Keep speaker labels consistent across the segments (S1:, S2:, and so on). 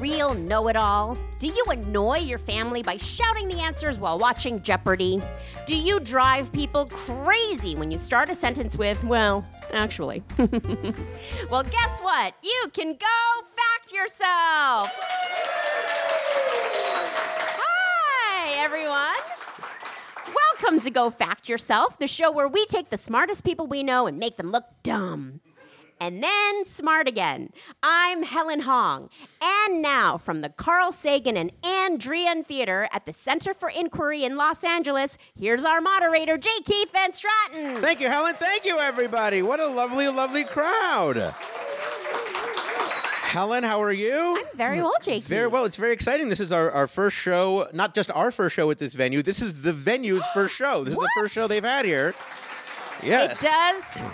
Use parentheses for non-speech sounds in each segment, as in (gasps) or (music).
S1: real know it all? Do you annoy your family by shouting the answers while watching Jeopardy? Do you drive people crazy when you start a sentence with, well, actually? (laughs) well, guess what? You can go fact yourself! Hi, everyone! Welcome to Go Fact Yourself, the show where we take the smartest people we know and make them look dumb. And then smart again. I'm Helen Hong. And now from the Carl Sagan and Andrean Theater at the Center for Inquiry in Los Angeles, here's our moderator, J. Keith Van Stratton.
S2: Thank you, Helen. Thank you, everybody. What a lovely, lovely crowd. Helen, how are you?
S1: I'm very well, J. Keith.
S2: Very well. It's very exciting. This is our, our first show, not just our first show at this venue. This is
S1: (gasps)
S2: the venue's first show. This is
S1: What?
S2: the first show they've had here. Yes.
S1: It does.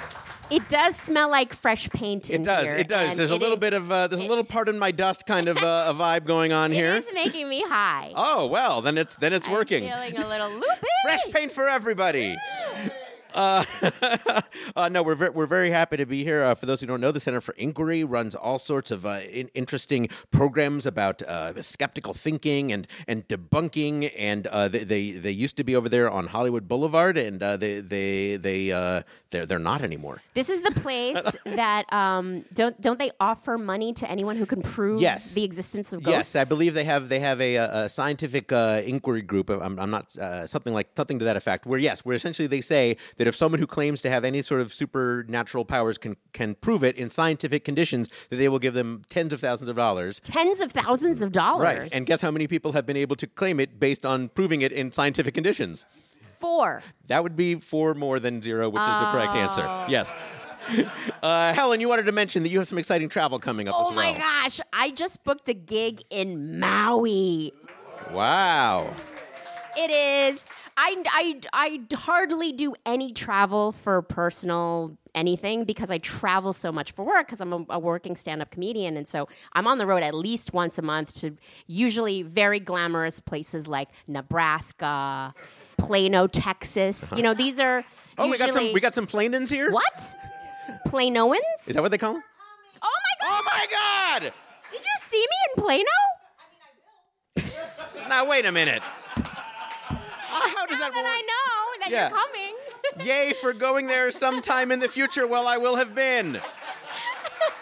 S1: It does smell like fresh paint in
S2: It does.
S1: here,
S2: It does.
S1: and
S2: There's a
S1: it
S2: little
S1: is-
S2: bit of uh, there's a little pardon my dust kind of uh, a vibe going on here.
S1: (laughs) It is making me
S2: (laughs)
S1: high.
S2: Oh well, then it's then it's working.
S1: I'm feeling a
S2: (laughs)
S1: little loopy.
S2: Fresh paint for everybody. Uh, (laughs) uh, no, we're very, we're very happy to be here. Uh, for those who don't know, the Center for Inquiry runs all sorts of uh, in- interesting programs about uh, skeptical thinking and and debunking. And uh, they, they they used to be over there on Hollywood Boulevard, and uh, they they they uh, they're they're not anymore.
S1: This is the
S2: (laughs)
S1: place that um, don't don't they offer money to anyone who can prove
S2: Yes.
S1: the existence of ghosts?
S2: Yes, I believe they have they have a, uh, a scientific uh, inquiry group. I'm, I'm not uh, something like something to that effect. Where yes, where essentially they say that if someone who claims to have any sort of supernatural powers can can prove it in scientific conditions, that they will give them tens of thousands of dollars.
S1: tens of thousands of dollars.
S2: Right, and guess how many people have been able to claim it based on proving it in scientific conditions?
S1: four.
S2: That would be four more than zero, which is the correct answer.
S1: Ah.
S2: Yes. (laughs) Uh, Helen, you wanted to mention that you have some exciting travel coming up.
S1: Oh
S2: as
S1: my
S2: well.
S1: gosh! I just booked a gig in Maui.
S2: Wow.
S1: It is. I, I, I hardly do any travel for personal anything because I travel so much for work because I'm a, a working stand up comedian. And so I'm on the road at least once a month to usually very glamorous places like Nebraska, Plano, Texas. You know, these are.
S2: (laughs) Oh, we got some
S1: usually-
S2: we got some Planins here.
S1: What? Planoans?
S2: Is that what they call them?
S1: Oh my God!
S2: Oh my God!
S1: Did you see me in Plano?
S2: Now wait a minute. Uh, how does
S1: Now
S2: that
S1: that I
S2: work?
S1: know that
S2: Yeah.
S1: you're coming.
S2: Yay for going there sometime in the future. Well, I will have been.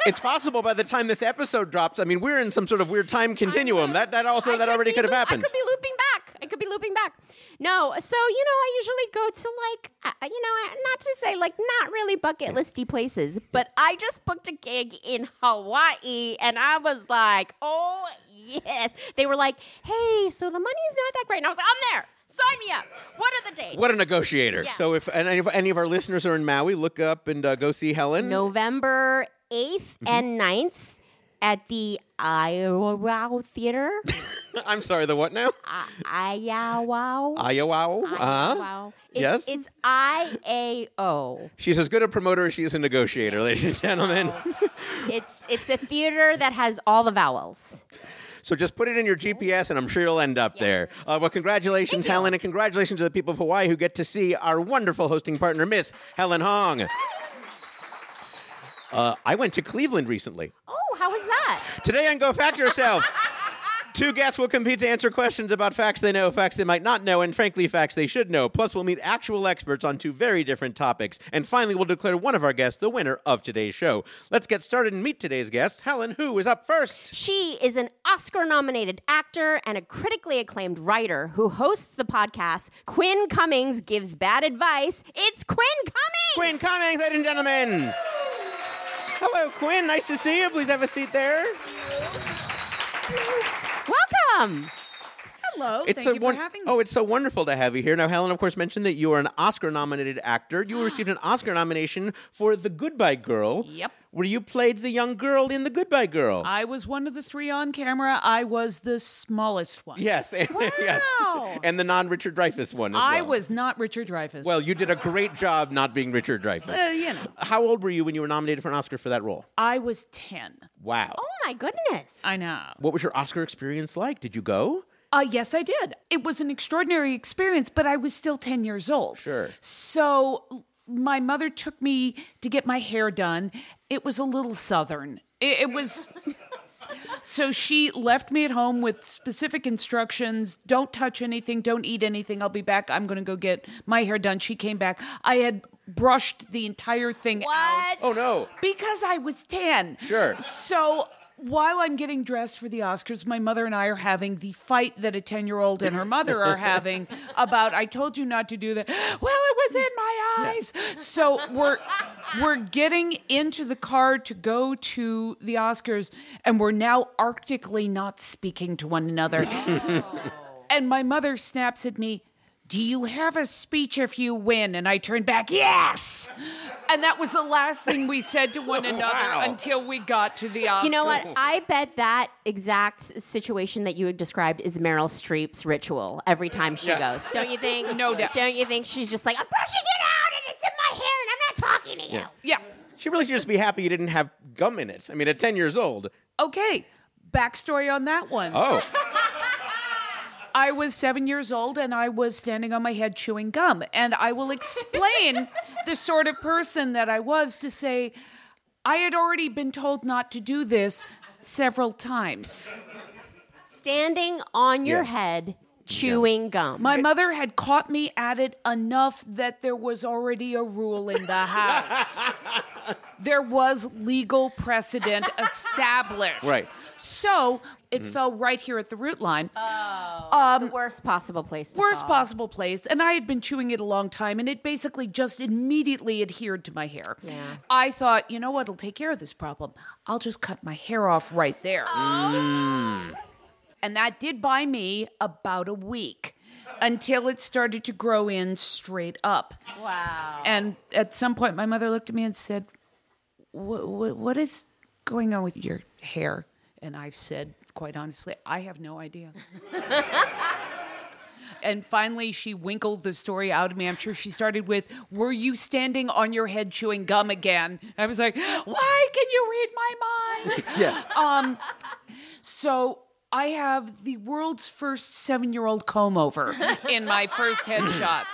S2: It's possible by the time this episode drops. I mean, we're in some sort of weird time continuum. That that also
S1: I
S2: that already
S1: be
S2: could have
S1: loo-
S2: happened.
S1: I could be looping back. I could be looping back. No, so you know, I usually go to like, uh, you know, uh, not to say like not really bucket listy places, but I just booked a gig in Hawaii, and I was like, oh yes. They were like, hey, so the money's not that great, and I was like, I'm there. Sign me up. What are the dates?
S2: What a negotiator!
S1: Yeah.
S2: So, if and if any of our listeners are in Maui, look up and uh, go see Helen.
S1: November 8th
S2: Mm-hmm.
S1: and 9th at the Iowa Theater.
S2: (laughs) (laughs) I'm sorry. The what now? uh-huh.
S1: I- Iowa.
S2: Ayawao.
S1: Wow. It's,
S2: Uh, yes.
S1: It's I A O.
S2: She's as good a promoter as she is a negotiator, (laughs) ladies and gentlemen.
S1: It's it's a theater that has all the vowels.
S2: So just put it in your GPS, and I'm sure you'll end up there. Uh, well, congratulations, Helen, and congratulations to the people of Hawaii who get to see our wonderful hosting partner, Miss Helen Hong. Uh, I went to Cleveland recently.
S1: Oh, how was that?
S2: Today on Go Fact Yourself, two guests will compete to answer questions about facts they know, facts they might not know, and frankly, facts they should know. Plus, we'll meet actual experts on two very different topics. And finally, we'll declare one of our guests the winner of today's show. Let's get started and meet today's guest. Helen, who is up first?
S1: She is an Oscar nominated actor and a critically acclaimed writer who hosts the podcast Quinn Cummings Gives Bad Advice. It's Quinn Cummings!
S2: Quinn Cummings, ladies and gentlemen. Hello, Quinn. Nice to see you. Please have a seat there.
S1: Welcome!
S3: Hello.
S2: a
S3: Thank you
S2: won-
S3: for having me.
S2: Oh, it's so wonderful to have you here. Now, Helen, of course, mentioned that you are an Oscar-nominated actor.
S3: Ah.
S2: You received an Oscar nomination for *The Goodbye Girl*.
S3: Yep. Ah.
S2: Where you played the young girl in *The Goodbye Girl*.
S3: I was one of the three on camera. I was the smallest one.
S2: yes. (laughs) and- yes.
S1: Wow.
S2: And the non-Richard Dreyfuss one. As
S3: I
S2: well.
S3: was not Richard Dreyfuss.
S2: Well, you did a great job not being Richard Dreyfuss.
S3: Uh, you know.
S2: How old were you when you were nominated for an Oscar for that role?
S3: I was 10.
S2: Wow.
S1: Oh my goodness.
S2: Uh,
S3: I know.
S2: What was your Oscar experience like? Did you go?
S3: Uh, yes, I did. It was an extraordinary experience, but I was still 10 years old.
S2: Sure.
S3: So l- my mother took me to get my hair done. It was (laughs) a little southern. It, it was. So she left me at home with specific instructions don't touch anything, don't eat anything. I'll be back. I'm going to go get my hair done. She came back. I had brushed the entire thing out
S1: What?
S2: Oh no.
S3: because I was 10.
S2: Sure.
S3: So while I'm getting dressed for the Oscars, my mother and I are having the fight that a 10 year old and her mother are having about, I told you not to do that. Well, it was in my eyes. So we're, we're getting into the car to go to the Oscars, and we're now arctically not speaking to one another. and my mother snaps at me, Do you have a speech if you win? And I turn back, Yes! And that was the last thing we said
S2: (laughs)
S3: to one another
S2: Wow.
S3: until we got to the Oscars.
S1: You know what? I bet that exact s- situation that you had described is Meryl Streep's ritual every time she
S2: Yes.
S1: goes. Don't you think?
S3: No doubt.
S1: Don't you think she's just like, I'm brushing it out and it's in my hair and I'm not talking to you.
S2: Yeah.
S3: Yeah.
S2: She really should just be happy you didn't have gum in it. I mean, at 10 years old.
S3: Okay. Backstory on that one.
S2: (laughs) Oh,
S3: I was seven years old and I was standing on my head chewing gum. And I
S2: (laughs)
S3: will explain the sort of person that I was to say, I had already been told not to do this several times.
S1: Standing on your
S2: Yes.
S1: head, chewing gum.
S3: My mother had caught me at it enough that there was already a rule in the house. there was legal precedent established.
S2: Right.
S3: So it fell right here at the root line.
S1: the worst possible place. To
S3: Worst
S1: fall.
S3: possible place. And I had been chewing it a long time, and it basically just immediately adhered to my hair. I thought, you know what, it'll take care of this problem. I'll just cut my hair off right there. Mm. And that did buy me about a week until it started to grow in straight up.
S1: Wow.
S3: And at some point, my mother looked at me and said, "Wha- wha- What is going on with your hair? And I said, quite honestly, I have no idea. (laughs) and finally, she winkled the story out of me. I'm sure she started with, Were you standing on your head chewing gum again? I was like, Why can you read my mind? (laughs)
S2: yeah.
S3: So I have the world's first seven year old comb over in my first headshots.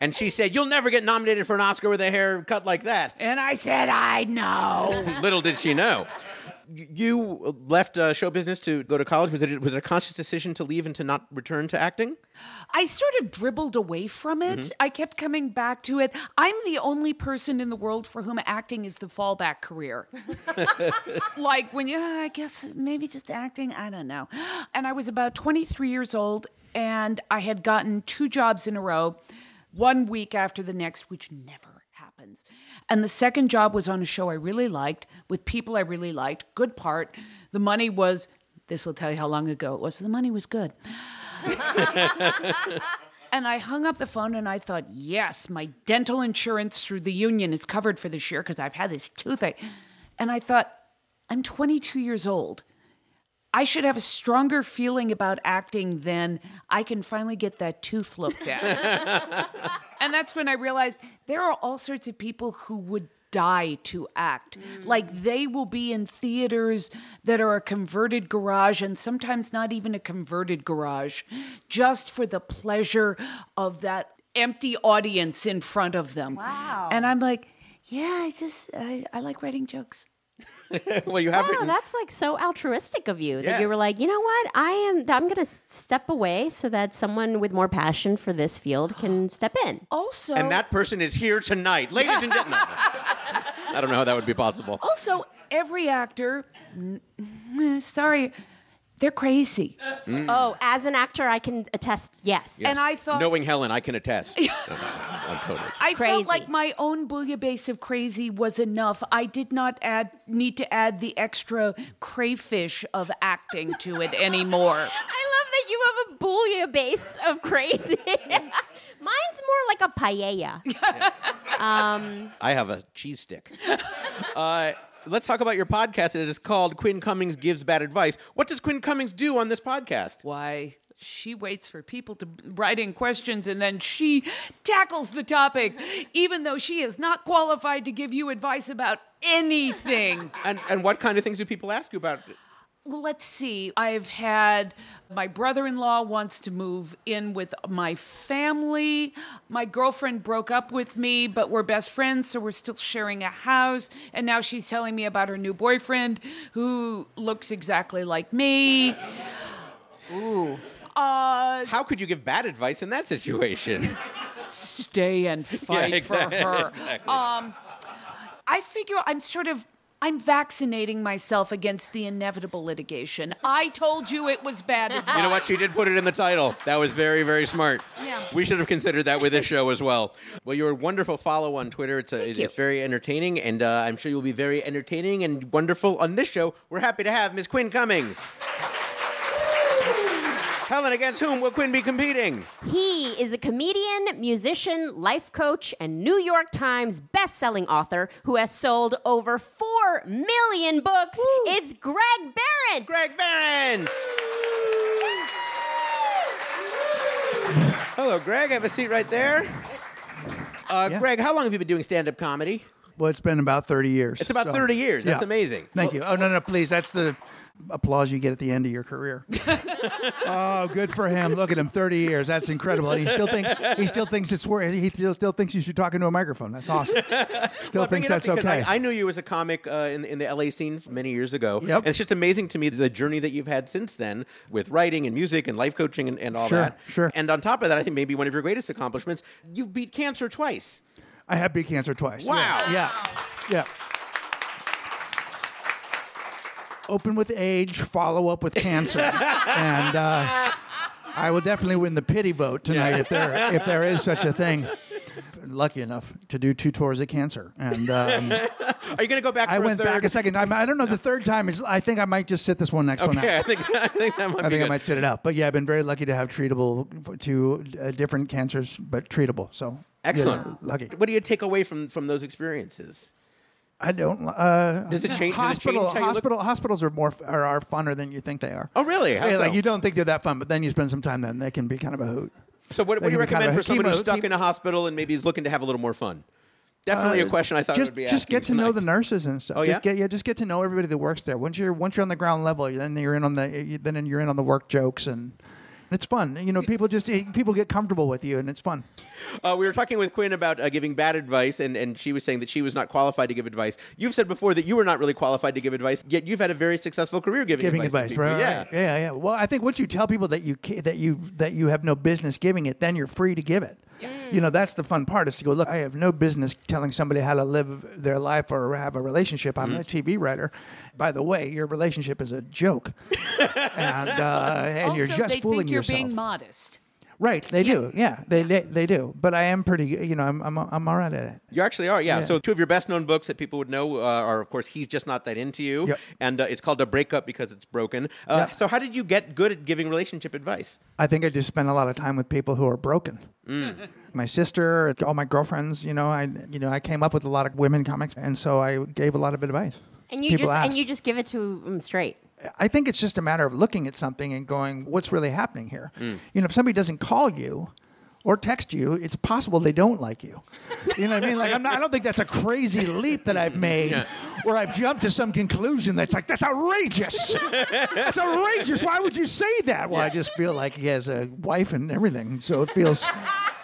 S2: And she said, You'll never get nominated for an Oscar with a hair cut like that.
S3: And I said, I know.
S2: Little did she know. Y- You left uh, show business to go to college. Was it, was it a conscious decision to leave and to not return to acting?
S3: I sort of dribbled away from it. I kept coming back to it. I'm the only person in the world for whom acting is the fallback career. like when you, "Ah, I guess maybe just acting, I don't know. And I was about 23 years old and I had gotten two jobs in a row, one week after the next, which never happens. And the second job was on a show I really liked with people I really liked. Good part. The money was, this will tell you how long ago it was. The money was good. And I hung up the phone and I thought, yes, my dental insurance through the union is covered for this year because I've had this toothache. And I thought, I'm 22 years old. I should have a stronger feeling about acting than I can finally get that tooth looked at. and that's when I realized there are all sorts of people who would die to act.
S2: Mm.
S3: Like they will be in theaters that are a converted garage and sometimes not even a converted garage, just for the pleasure of that empty audience in front of them. Wow. And I'm like, yeah, I just, I, I like writing jokes.
S2: (laughs) well, you
S3: Ah,
S2: have
S1: Wow,
S2: written.
S1: Oh, that's like so altruistic of you that you were
S2: Yes.
S1: like, you know what? I am. I'm going to step away so that someone with more passion for this field
S3: (gasps)
S1: can step in.
S3: Also,
S2: And that person is here tonight, ladies and
S3: (laughs)
S2: gentlemen. I don't know how that would be possible.
S3: Also, every actor, sorry, they're crazy.
S1: Oh, as an actor, I can attest. Yes.
S3: Mm. And I thought,
S2: Knowing Helen, I can
S3: (laughs)
S2: attest. No, no, no, I'm totally.
S3: I
S1: Crazy.
S3: felt like my own bouillabaisse of crazy was enough. I did not add need to add the extra crayfish of acting to it anymore.
S1: I love that you have a base of crazy. (laughs) Mine's more like a paella.
S2: I have a cheese stick. uh, let's talk about your podcast. It is called Quinn Cummings Gives Bad Advice. What does Quinn Cummings do on this podcast?
S3: Why? She waits for people to write in questions and then she tackles the topic, even though she is not qualified to give you advice about anything.
S2: And, and what kind of things do people ask you about?
S3: let's see. I've had my brother in law wants to move in with my family. My girlfriend broke up with me, but we're best friends, so we're still sharing a house. And now she's telling me about her new boyfriend who looks exactly like me. Uh,
S2: How could you give bad advice in that situation?
S3: Stay and fight
S2: exactly,
S3: for her.
S2: exactly.
S3: Um, I figure I'm sort of. I'm vaccinating myself against the inevitable litigation. I told you it was bad advice.
S2: You know what? She did put it in the title. That was very, very smart.
S3: Yeah.
S2: We should have considered that with this show as well. Well, you're a wonderful follow on Twitter. It's, a, it,
S1: you.
S2: it's very entertaining, and uh, I'm sure you'll be very entertaining and wonderful on this show. We're happy to have Ms. Quinn Cummings. Helen, against whom will Quinn be competing?
S1: He is a comedian, musician, life coach, and New York Times best-selling author who has sold over 4 million books. It's Greg Barrett.
S2: Greg Barron. Hello, Greg. Have a seat right there. Uh,
S4: Yeah.
S2: Greg, how long have you been doing stand up comedy?
S4: Well, it's been about 30 years.
S2: It's about
S4: so-
S2: 30 years. That's
S4: Yeah.
S2: amazing.
S4: Thank you. Oh, no, no, please. That's the applause you get at the end of
S2: (laughs)
S4: your career. oh, good for him. Look at him, 30 years. That's incredible. And he still thinks he still thinks it's worth he still, still thinks you should talk into a microphone.
S2: (laughs)
S4: That's awesome. Still
S2: Well, I bring
S4: thinks
S2: it up
S4: that's
S2: because
S4: okay.
S2: I, I knew you as a comic uh, in, in the LA scene many years ago.
S4: Yep.
S2: And it's just amazing to me the journey that you've had since then with writing and music and life coaching and, and all
S4: Sure,
S2: that.
S4: sure.
S2: And on top of that, I think maybe one of your greatest accomplishments, you beat cancer twice.
S4: I had beat cancer twice.
S2: Wow.
S4: Yeah. Yeah. Yeah. Open with age, follow up
S2: (laughs)
S4: with cancer, and uh, I will definitely win the pity vote tonight if there if there is such a thing. Lucky enough to do two tours of cancer, and
S2: (laughs)
S4: um,
S2: Are you going to go back
S4: I
S2: for
S4: went
S2: a third?
S4: back a second time. I don't know the third time. Is I think I might just sit this one next one out.
S2: Yeah, I think, (laughs) I think that might
S4: I
S2: be
S4: think I
S2: good.
S4: might sit it out. But yeah, I've been very lucky to have treatable two uh, different cancers, but treatable. So yeah,
S2: Excellent.
S4: lucky.
S2: What do you take away from, from those experiences?
S4: I don't. Uh,
S2: Does it change? does it
S4: hospital
S2: change how you look-
S4: hospital hospitals are more f- are, are funner than you think they are.
S2: Oh, really? How
S4: Yeah, like
S2: so?
S4: you don't think they're that fun, but then you spend some time there, and they can be kind of a hoot.
S2: So, what,
S4: They
S2: what do you
S4: can be kind
S2: recommend
S4: of
S2: for someone who's
S4: chemo-
S2: stuck
S4: chemo-
S2: in a hospital and maybe is looking to have a little more fun? Definitely a question I thought
S4: Uh, just
S2: would be
S4: just
S2: asking
S4: get to know the
S2: tonight.
S4: nurses and stuff.
S2: Oh,
S4: just
S2: yeah?
S4: get yeah, just get to know everybody that works there. Once you're once you're on the ground level, then you're in on the then you're in on the work jokes and. and It's fun, you know. People just eh, people get comfortable with you, and it's fun.
S2: Uh, we were talking with Quinn about uh, giving bad advice, and, and she was saying that she was not qualified to give advice. You've said before that you were not really qualified to give advice, yet you've had a very successful career giving,
S4: Giving
S2: advice.
S4: advice,
S2: to people.
S4: right?
S2: Yeah.
S4: right. yeah, yeah. Well, I think once you tell people that you ca- that you that you have no business giving it, then you're free to give it.
S3: Mm.
S4: You know, that's the fun part is to go look. I have no business telling somebody how to live their life or have a relationship. I'm a TV writer. By the way, your relationship is a joke, and, uh, and
S3: also,
S4: you're just
S3: they
S4: fooling
S3: think you're
S4: yourself.
S3: being modest.
S4: Right, they do. Yeah, they, they they do. But I am pretty. You know, I'm I'm I'm all right at it.
S2: You actually are, yeah.
S4: Yeah.
S2: So, two of your best known books that people would know uh, are, of course, He's Just Not That Into You,
S4: Yep.
S2: and uh, it's called A Breakup Because It's Broken. Uh,
S4: Yeah.
S2: So, how did you get good at giving relationship advice?
S4: I think I just spend a lot of time with people who are broken. (laughs) my sister, all my girlfriends. You know, I you know I came up with a lot of women comics, and so I gave a lot of advice.
S1: And you
S4: People
S1: just and
S4: ask.
S1: you just give it to him straight.
S4: I think it's just a matter of looking at something and going, what's really happening here? You know, if somebody doesn't call you or text you, it's possible they don't like you. You know what I mean? Like, I'm not, I don't think that's a crazy leap that I've made where I've jumped to some conclusion that's like, that's outrageous. that's outrageous. Why would you say that? Well, I just feel like he has a wife and everything. So it feels,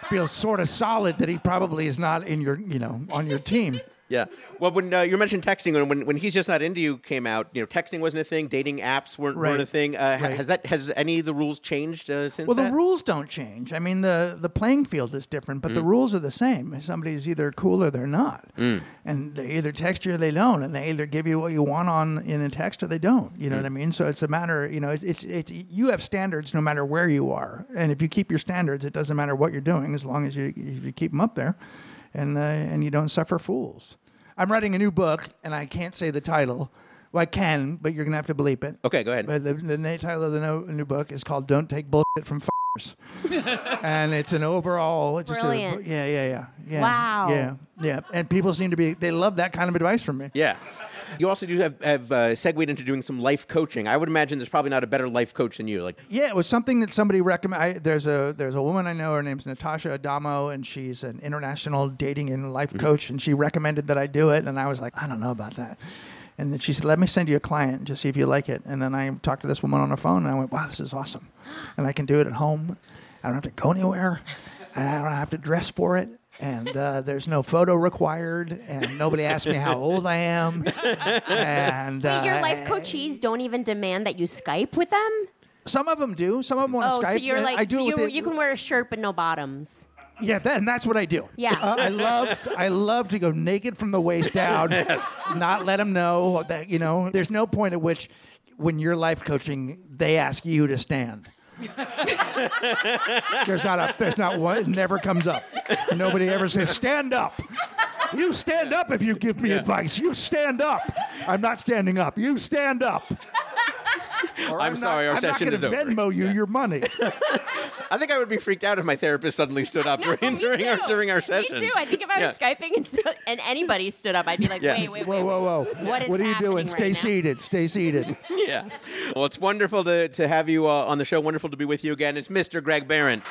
S4: feels sort of solid that he probably is not in your, you know, on your team.
S2: Yeah. Well, when uh, you mentioned texting, when, when when he's just not into you came out, you know, texting wasn't a thing, dating apps weren't, weren't
S4: Right.
S2: a thing. Uh, ha- Has that has any of the rules changed uh, since?
S4: Well, the
S2: that?
S4: rules don't change. I mean, the the playing field is different, but the rules are the same. Somebody's either cool or they're not, and they either text you or they don't, and they either give you what you want on in a text or they don't. You know what I mean? So it's a matter. You know, it's, it's it's you have standards no matter where you are, and if you keep your standards, it doesn't matter what you're doing as long as you if you keep them up there, and uh, and you don't suffer fools. I'm writing a new book, and I can't say the title. Well, I can, but you're gonna have to bleep it.
S2: Okay, go ahead.
S4: But the, the na- title of the no, new book is called "Don't Take Bullshit from F***ers," and it's an overall, it's just a, yeah,
S1: Brilliant.
S4: yeah, yeah, yeah.
S1: Wow.
S4: Yeah, yeah. And people seem to be they love that kind of advice from me.
S2: Yeah. You also do have, have uh, segued into doing some life coaching. I would imagine there's probably not a better life coach than you. Like,
S4: Yeah, it was something that somebody recommended. There's a there's a woman I know. Her name's Natasha Adamo, and she's an international dating and life coach. And she recommended that I do it, and I was like, I don't know about that. And then she said, "Let me send you a client, just see if you like it." And then I talked to this woman on the phone, and I went, "Wow, this is awesome, and I can do it at home. I don't have to go anywhere. and I don't have to dress for it." And uh, there's no photo required, and nobody asks me how old I am. And uh,
S1: Your life coaches don't even demand that you Skype with them.
S4: Some of them do. Some of them want
S1: Oh,
S4: to Skype.
S1: so you're
S4: and
S1: like
S4: I do it
S1: so
S4: with
S1: you,
S4: the-
S1: you can wear a shirt but no bottoms.
S4: Yeah, that, and that's what I do.
S1: Yeah.
S4: Uh, I love I love to go naked from the
S2: (laughs)
S4: waist down, not let them know that you know. There's no point at which, when you're life coaching, they ask you
S2: (laughs)
S4: to stand. there's not a there's not one. It never comes up. Nobody ever says stand up. You stand up if you give me advice. You stand up. I'm not standing up. You stand up. Or
S2: I'm
S4: not-
S2: sorry, our
S4: I'm
S2: session
S4: not
S2: is
S4: gonna
S2: over.
S4: Venmo you your money.
S2: I think I would be freaked out if my therapist
S1: (laughs)
S2: suddenly stood up (laughs) during
S1: Me
S2: during
S1: too.
S2: our during our session.
S1: Me too. I think if I was Skyping and, stu- and anybody stood up, I'd be like,
S2: Yeah.
S1: wait, wait,
S4: Whoa,
S1: wait.
S4: whoa, whoa.
S1: What is
S4: are you doing?
S1: happening
S4: Stay
S1: right now?
S4: seated.
S2: (laughs)
S4: Stay seated.
S2: Yeah. Well, it's wonderful to, to have you uh, on the show. Wonderful to be with you again. It's Mr. Greg Barron.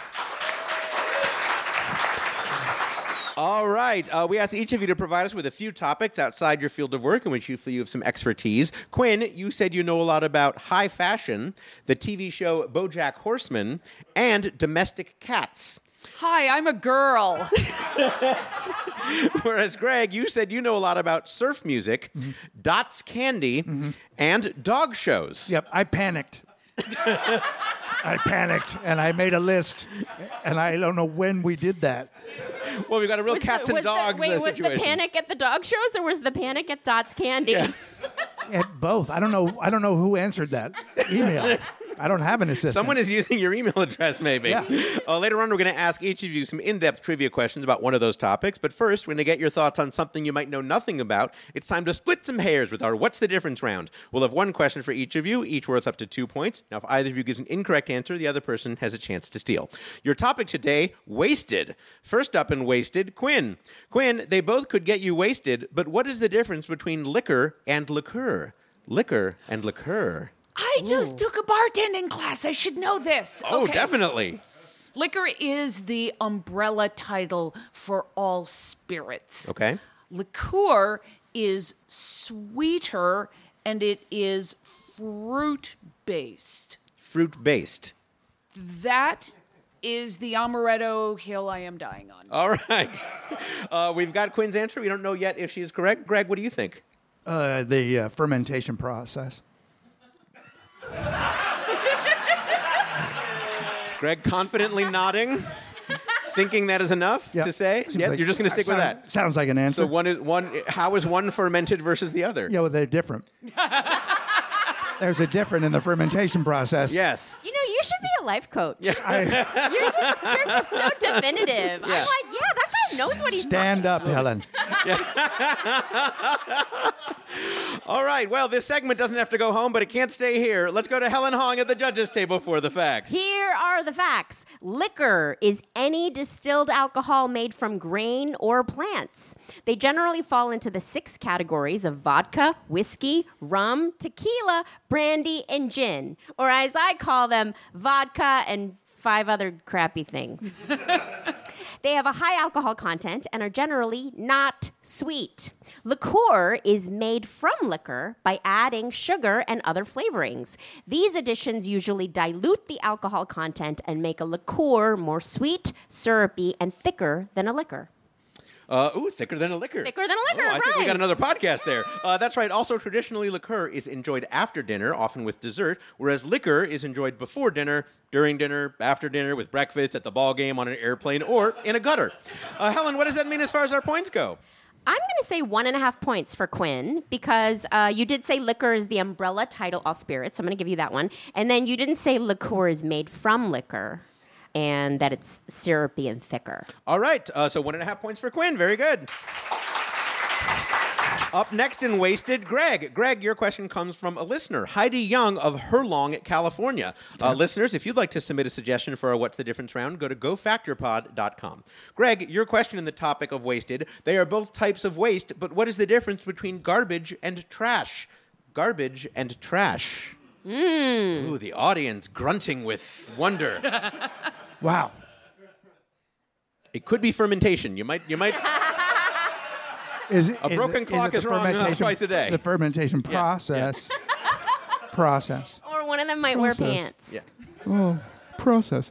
S2: All right. Uh, we asked each of you to provide us with a few topics outside your field of work in which you feel you have some expertise. Quinn, you said you know a lot about high fashion, the TV show BoJack Horseman, and domestic cats.
S3: Hi, I'm a girl.
S2: Whereas Greg, you said you know a lot about surf music, Dots Candy, and dog shows.
S4: Yep, I panicked. I panicked and I made a list, and I don't know when we did that.
S2: Well, we've got a real
S1: Was the-
S2: cats and
S1: was the-
S2: dogs
S1: wait,
S2: uh,
S1: was
S2: situation.
S1: the panic at the dog shows or was the panic at Dot's Candy?
S4: At both. I don't know. I don't know who answered that
S2: (laughs)
S4: email. I don't have an assistant.
S2: Someone is using your email address, maybe.
S4: Yeah.
S2: Uh, later on, we're going to ask each of you some in depth trivia questions about one of those topics. But first, we're going to get your thoughts on something you might know nothing about. It's time to split some hairs with our What's the Difference round. We'll have one question for each of you, each worth up to two points. Now, if either of you gives an incorrect answer, the other person has a chance to steal. Your topic today wasted. First up in wasted, Quinn. Quinn, they both could get you wasted, but what is the difference between liquor and liqueur? Liquor and liqueur.
S3: (laughs) I just took a bartending class. I should know this.
S2: Oh,
S3: Okay.
S2: definitely.
S3: Liquor is the umbrella title for all spirits.
S2: Okay.
S3: Liqueur is sweeter and it is fruit based.
S2: fruit based.
S3: That is the amaretto hill I am dying on.
S2: All right. (laughs) Uh, we've got Quinn's answer. We don't know yet if she is correct. Greg, what do you think?
S4: uh, the uh, fermentation process.
S2: Greg
S4: (laughs)
S2: confidently nodding, thinking that is enough
S4: Yeah.
S2: to say.
S4: Seems
S2: Yeah,
S4: like-
S2: you're just going to stick with
S4: sounds-
S2: that.
S4: Sounds like an answer.
S2: So one is one. How is one fermented versus the other?
S4: yeah, well, they're different.
S2: (laughs)
S4: There's a different in the fermentation process.
S2: Yes.
S1: You know, you should be a life coach.
S4: I,
S1: You're, just, you're just
S2: (laughs)
S1: so definitive. I'm like, yeah, that guy knows what he's
S4: stand
S1: talking
S4: up, Helen.
S2: All right. Well, this segment doesn't have to go home, but it can't stay here. Let's go to Helen Hong at the judges' table for the facts.
S1: Here are the facts. Liquor is any distilled alcohol made from grain or plants. They generally fall into the six categories of vodka, whiskey, rum, tequila, brandy, and gin, or as I call them, vodka and five other crappy things. They have a high alcohol content and are generally not sweet. Liqueur is made from liquor by adding sugar and other flavorings. These additions usually dilute the alcohol content and make a liqueur more sweet, syrupy, and thicker than a liquor.
S2: Uh, ooh, thicker than a liquor.
S1: Thicker than a liquor,
S2: Oh, I think we got
S1: right.
S2: another podcast there. Uh, that's right. Also, traditionally, liqueur is enjoyed after dinner, often with dessert, whereas liquor is enjoyed before dinner, during dinner, after dinner, with breakfast, at the ball game, on an airplane, or in a gutter. Uh, Helen, what does that mean as far as our points go?
S1: I'm going to say one and a half points for Quinn because uh, you did say liquor is the umbrella title all spirits. So I'm going to give you that one. And then you didn't say liqueur is made from liquor and that it's syrupy and thicker.
S2: All right. Uh, so one and a half points for Quinn. Very good. Up next in Wasted, Greg. Greg, your question comes from a listener, Heidi Young of Herlong, California. Uh, listeners, if you'd like to submit a suggestion for our What's the Difference round, go to gofactorpod.com. Greg, your question in the topic of wasted. They are both types of waste, but what is the difference between garbage and trash? Garbage and trash. Ooh, the audience grunting with wonder.
S4: Wow.
S2: It could be fermentation. You might you might
S4: Is
S2: A broken clock is wrong enough twice a day.
S4: The fermentation
S2: yeah.
S4: process. process.
S1: Or one of them might wear
S4: Process.
S1: pants.
S2: Yeah.
S4: Oh, process.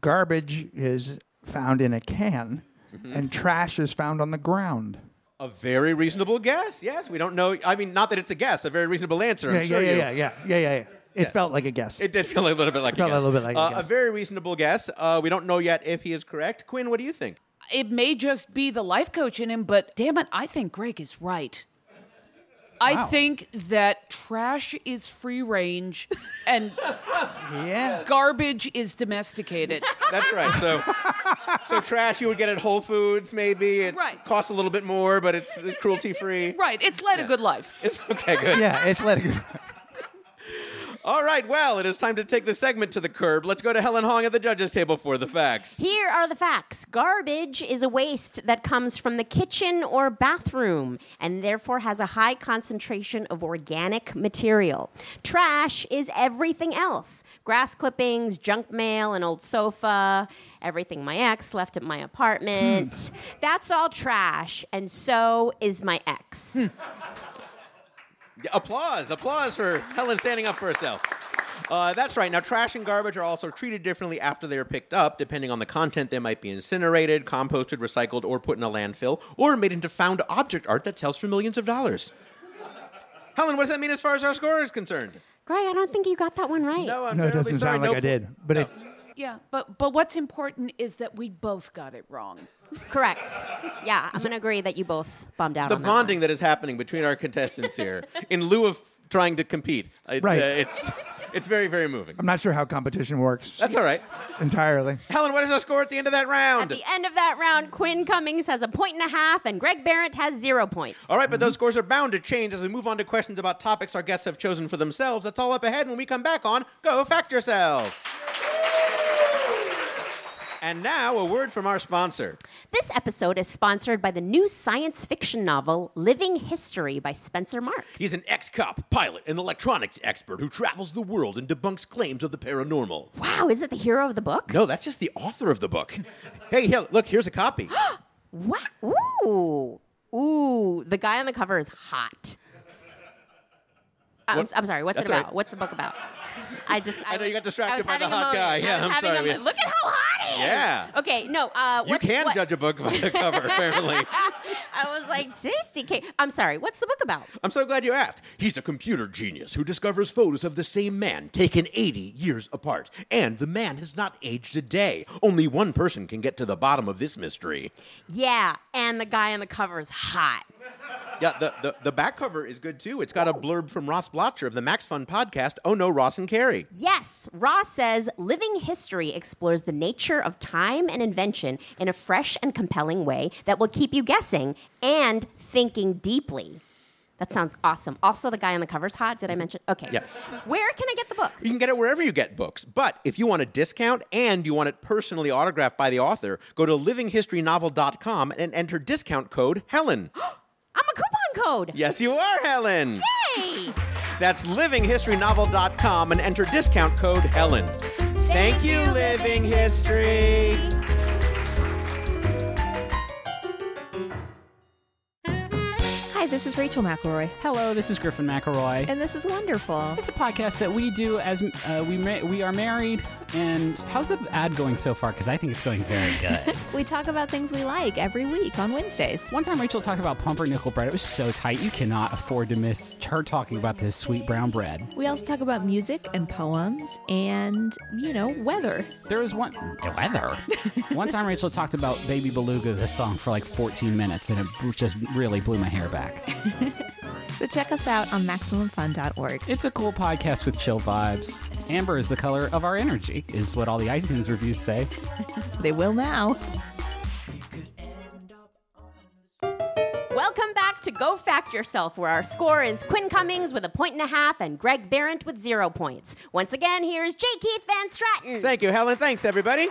S4: Garbage is found in a can,
S2: Mm-hmm.
S4: and trash is found on the ground.
S2: A very reasonable guess. Yes, we don't know. I mean, not that it's a guess. A very reasonable answer. I'm
S4: Yeah,
S2: sure
S4: yeah,
S2: you.
S4: yeah, yeah, yeah, yeah, yeah, yeah. It felt like a guess.
S2: It did feel a little bit like
S4: Felt
S2: a
S4: a
S2: guess.
S4: little bit like a
S2: Uh,
S4: guess.
S2: very reasonable guess. Uh, we don't know yet if he is correct. Quinn, what do you think?
S3: It may just be the life coach in him, but damn it, I think Greg is right. I think that trash is free range and
S4: yeah.
S3: garbage is domesticated.
S2: That's right.
S4: (laughs)
S2: So, so trash you would get at Whole Foods maybe. It
S3: Right.
S2: costs a little bit more, but it's cruelty free.
S3: (laughs) Right, it's led a good life.
S2: It's okay. Good.
S4: Yeah, it's let it go.
S2: All right. Well, it is time to take the segment to the curb. Let's go to Helen Hong at the judges' table for the facts.
S1: Here are the facts. Garbage is a waste that comes from the kitchen or bathroom and therefore has a high concentration of organic material. Trash is everything else grass clippings, junk mail, an old sofa, everything my ex left at my apartment.
S2: Hmm.
S1: That's all trash, and so is my ex.
S2: Hmm. Yeah, applause, applause for Helen standing up for herself. Uh, that's right. Now, trash and garbage are also treated differently after they are picked up, depending on the content. They might be incinerated, composted, recycled, or put in a landfill, or made into found object art that sells for millions of dollars. Helen, what does that mean as far as our score is concerned?
S1: Greg, I don't think you got that one right.
S2: (laughs) I'm
S4: No, it
S2: terribly
S4: doesn't
S2: sorry.
S4: sound like
S2: No
S4: I did, but it,
S3: Yeah, but but what's important is that we both got it wrong.
S1: Correct. Yeah, I'm going to agree that you both bummed out
S2: The
S1: on that one.
S2: bonding that is happening between our contestants
S4: (laughs)
S2: here, in lieu of trying to compete, it's,
S4: Right.
S2: uh, it's, it's very, very moving.
S4: I'm not sure how competition works
S2: That's all right. (laughs)
S4: entirely.
S2: Helen, what is our score at the end of that round?
S1: At the end of that round, Quinn Cummings has a point and a half, and Greg Barrett has zero points.
S2: All right, but those scores are bound to change as we move on to questions about topics our guests have chosen for themselves. That's all up ahead when we come back on Go Fact Yourself. And now, a word from our sponsor.
S1: This episode is sponsored by the new science fiction novel Living History by Spencer Mark.
S2: He's an ex cop, pilot, and electronics expert who travels the world and debunks claims of the paranormal.
S1: Wow, is it the hero of the book?
S2: No, that's just the author of
S1: (laughs)
S2: the book. hey, here, look, here's
S1: (gasps)
S2: a copy.
S1: Wow. Ooh. Ooh, the guy on the cover is hot. I'm,
S2: What-
S1: I'm sorry, what's
S2: That's
S1: it
S2: all
S1: about?
S2: right.
S1: What's the book about? I just.
S2: (laughs)
S1: I,
S2: know
S1: was-
S2: you got distracted
S1: I was
S2: by the
S1: having a
S2: hot
S1: moment.
S2: guy.
S1: I
S2: Yeah,
S1: was
S2: I'm
S1: having a
S2: sorry.
S1: mo- Look at how hot he is.
S2: Yeah.
S1: Okay, no. Uh,
S2: you
S1: what's-
S2: can
S1: what-
S2: judge a book by the cover, apparently.
S1: (laughs) I was like, tasty cake. I'm sorry, what's the book about?
S2: I'm so glad you asked. He's a computer genius who discovers photos of the same man taken 80 years apart. And the man has not aged a day. Only one person can get to the bottom of this mystery.
S1: Yeah, and the guy on the cover is hot.
S2: Yeah, the, the, the back cover is good too. It's got a blurb from Ross Blotcher of the Max Fun podcast, Oh No, Ross and Carrie.
S1: Yes, Ross says living history explores the nature of time and invention in a fresh and compelling way that will keep you guessing and thinking deeply. That sounds awesome. Also, the guy on the cover's hot. Did I mention? Okay.
S2: Yeah.
S1: Where can I get the book?
S2: You can get it wherever you get books. But if you want a discount and you want it personally autographed by the author, go to livinghistorynovel.com and enter discount code Helen. (gasps)
S1: I'm a coupon code.
S2: yes, you are, Helen.
S1: Yay!
S2: That's livinghistorynovel.com and enter discount code Helen. Thank you, Living History.
S5: Hi, this is Rachel McElroy,
S6: Hello, this is Griffin McElroy.
S5: and this is wonderful.
S6: it's a podcast that we do as uh, we ma- we are married. And how's the ad going so far? Because I think it's going very good.
S5: We talk about things we like every week on Wednesdays.
S6: One time, Rachel talked about pumpernickel bread. It was so tight, you cannot afford to miss her talking about this sweet brown bread.
S5: We also talk about music and poems and, you know, weather.
S6: There was one the weather. one time, Rachel talked about Baby Beluga, this song, for like 14 minutes, and it just really blew my hair back.
S5: So check us out on MaximumFun.org.
S6: It's a cool podcast with chill vibes. Amber is the color of our energy, is what all the iTunes reviews say.
S5: They will now.
S1: Welcome back to Go Fact Yourself, where our score is Quinn Cummings with a point and a half and Greg Barrett with zero points. Once again, here's J. Keith Van Stratton.
S2: Thank you, Helen. Thanks, everybody.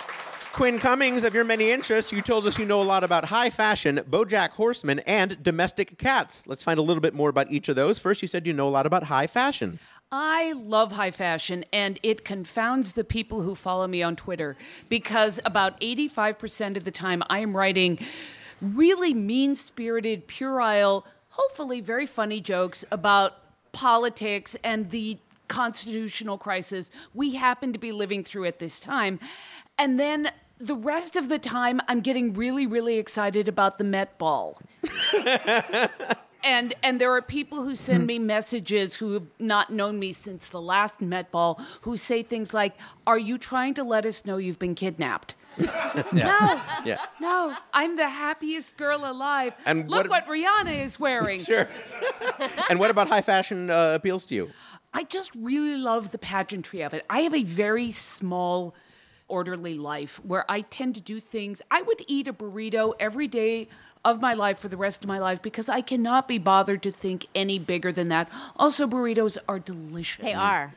S2: Quinn Cummings, of your many interests, you told us you know a lot about high fashion, Bojack Horseman, and domestic cats. Let's find a little bit more about each of those. First, you said you know a lot about high fashion.
S3: I love high fashion, and it confounds the people who follow me on Twitter because about 85% of the time I am writing really mean spirited, puerile, hopefully very funny jokes about politics and the constitutional crisis we happen to be living through at this time. And then the rest of the time, I'm getting really, really excited about the Met Ball and and there are people who send me messages who have not known me since the last Met Ball who say things like, "Are you trying to let us know you've been kidnapped?"
S2: (laughs)
S3: No,
S2: Yeah.
S3: no, I'm the happiest girl alive.
S2: And
S3: look
S2: what-
S3: what, Rihanna is
S2: (laughs)
S3: wearing.
S2: Sure. and what about high fashion uh, appeals to you?
S3: I just really love the pageantry of it. I have a very small, orderly life where I tend to do things. I would eat a burrito every day of my life for the rest of my life because I cannot be bothered to think any bigger than that. Also, burritos are delicious.
S1: They are.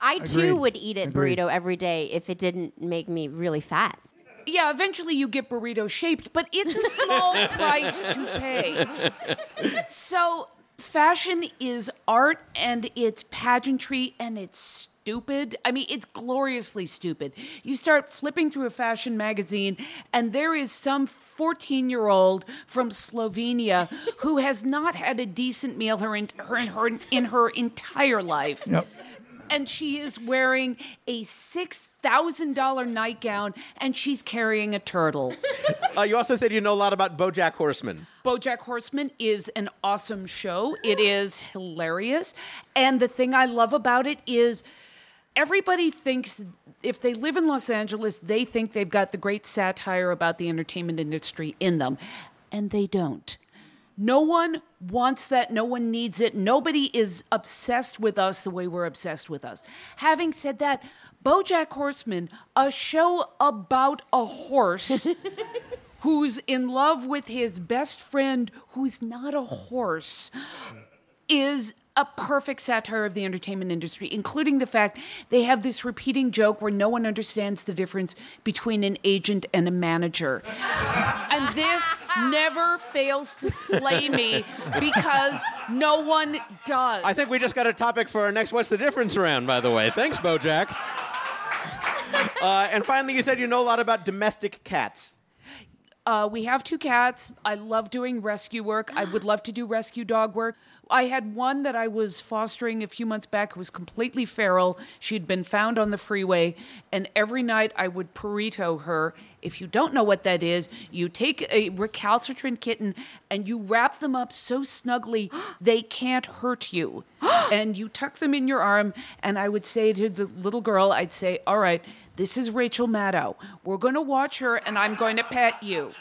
S1: I
S4: Agreed.
S1: too would eat a
S4: Agreed.
S1: burrito every day if it didn't make me really fat.
S3: Yeah, eventually you get burrito shaped, but it's a small price to pay. So, fashion is art and it's pageantry and it's stupid. I mean, it's gloriously stupid. You start flipping through a fashion magazine, and there is some 14 year old from Slovenia who has not had a decent meal her in, her, in, her, in her entire life
S4: Yep.
S3: and she is wearing a six thousand dollar nightgown, and she's carrying a turtle.
S2: Uh, you also said you know a lot about BoJack Horseman.
S3: BoJack Horseman is an awesome show. It is hilarious, and the thing I love about it is everybody thinks if they live in Los Angeles, they think they've got the great satire about the entertainment industry in them, and they don't. No one wants that. No one needs it. Nobody is obsessed with us the way we're obsessed with us. Having said that, Bojack Horseman, a show about a horse who's in love with his best friend who's not a horse, is a perfect satire of the entertainment industry, including the fact they have this repeating joke where no one understands the difference between an agent and a manager. And this never fails to slay me because no one does.
S2: I think we just got a topic for our next What's the Difference round, by the way. Thanks, BoJack. Uh, and finally, you said you know a lot about domestic cats.
S3: Uh, we have two cats. I love doing rescue work. I would love to do rescue dog work. I had one that I was fostering a few months back who was completely feral. She'd been found on the freeway, and every night I would burrito her. If you don't know what that is, you take a recalcitrant kitten and you wrap them up so snugly they can't hurt you. and you tuck them in your arm, and I would say to the little girl, I'd say, All right, this is Rachel Maddow. We're going to watch her, and I'm going to pet you.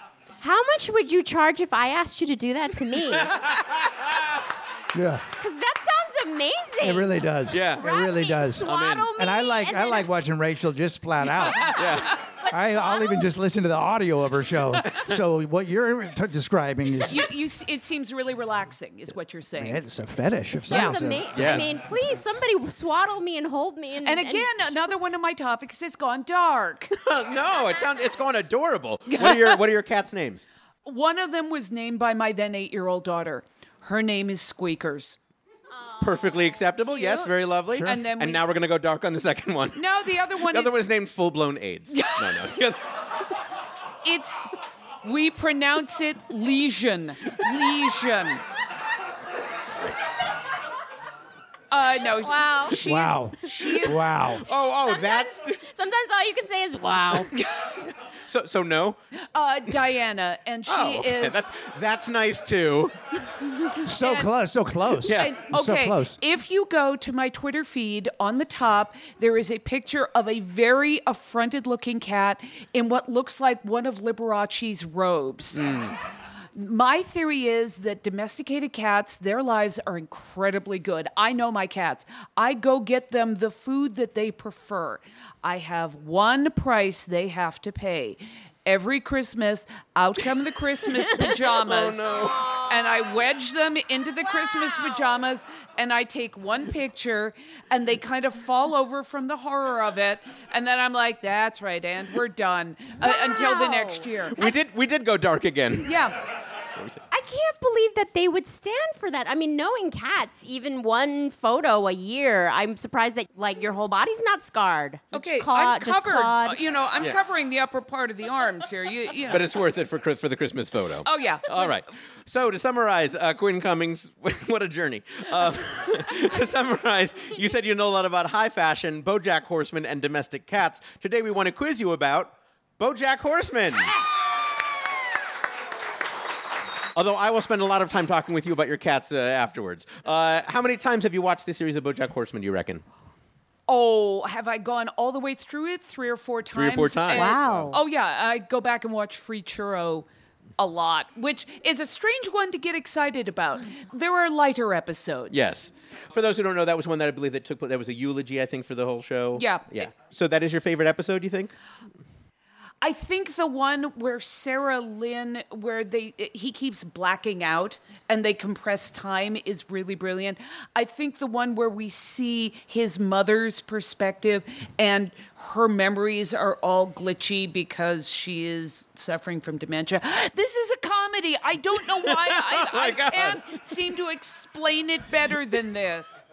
S1: How much would you charge if I asked you to do that to
S4: (laughs)
S1: me? Because
S4: Yeah.
S1: that sounds amazing.
S4: It really does.
S2: Yeah.
S4: It
S1: Wrap
S4: really
S1: me,
S4: does.
S1: Swaddle me,
S4: And I like I
S1: then-
S4: like watching Rachel just
S2: (laughs)
S4: flat out. I, I'll even just listen to the audio of her show. So what you're t- describing is
S3: you, you, s- it seems really relaxing, is what you're saying.
S4: it's a fetish. If
S1: That's
S4: someone's a-
S1: amazing.
S2: Yeah.
S1: I mean, please, somebody swaddle me and hold me. And,
S3: and again, uh, another one of my topics is gone dark. (laughs)
S2: Uh, no, it sounds it's going adorable. What are your What are your cats' names?
S3: one of them was named by my then eight year old daughter. Her name is Squeakers.
S2: Perfectly acceptable. Yes, very lovely.
S3: And then we-
S2: now we're gonna go dark on the second one.
S3: No, the other one
S2: the other
S3: is
S2: one is named Full Blown
S3: (laughs)
S2: AIDS. no, no. The other-
S3: it's we pronounce it lesion. Lesion. Uh no.
S1: Wow.
S3: She's,
S4: Wow.
S3: She is
S4: Wow.
S2: Oh, oh, that's
S1: sometimes all you can say is
S4: (laughs)
S1: wow.
S2: so. So no.
S3: uh Diana and she
S2: oh, okay.
S3: is
S2: that's that's nice too.
S4: So
S3: And-
S4: close. So close. Yeah.
S3: And- okay.
S4: So close.
S3: If you go to my Twitter feed on the top, there is a picture of a very affronted looking cat in what looks like one of Liberace's robes. My theory is that domesticated cats, their lives are incredibly good. I know my cats. I go get them the food that they prefer. I have one price they have to pay. Every Christmas, out come the Christmas pajamas. And I wedge them into the Christmas pajamas and I take one picture and they kind of fall over from the horror of it. And then I'm like, that's right, and we're done uh, until the
S1: Wow.
S3: next year.
S2: We did we did go dark again.
S3: Yeah.
S1: I can't believe that they would stand for that. I mean, knowing cats, even one photo a year, I'm surprised that like your whole body's not scarred. It's
S3: Okay,
S1: claw-
S3: I'm
S1: just
S3: covered. Oh,
S1: clawed.
S3: You know, I'm
S2: Yeah.
S3: covering the upper part of the arms here. You, you know.
S2: But it's uh, worth it for Chris- for the Christmas photo.
S3: Oh, yeah.
S2: All right. So to summarize, uh, Quinn Cummings, (laughs) what a journey. Um, (laughs) to summarize, you said you know a lot about high fashion, BoJack Horseman, and domestic cats. Today we want to quiz you about BoJack Horseman. Although I will spend a lot of time talking with you about your cats uh, afterwards. Uh, how many times have you watched the series of BoJack Horseman? Do you reckon?
S3: oh, have I gone all the way through it three or four times?
S2: Three or four times.
S1: Wow.
S3: Oh yeah, I go back and watch Free Churro a lot, which is a strange one to get excited about. There are lighter episodes.
S2: Yes. For those who don't know, that was one that I believe that took place. That was a eulogy, I think, for the whole show.
S3: Yeah.
S2: Yeah. So that is your favorite episode, you think? (laughs)
S3: I think the one where Sarah Lynn, where they he keeps blacking out and they compress time, is really brilliant. I think the one where we see his mother's perspective and her memories are all glitchy because she is suffering from dementia. This is a comedy. I don't
S2: (laughs)
S3: know why I,
S2: Oh my
S3: I
S2: God.
S3: can't seem to explain it better than this.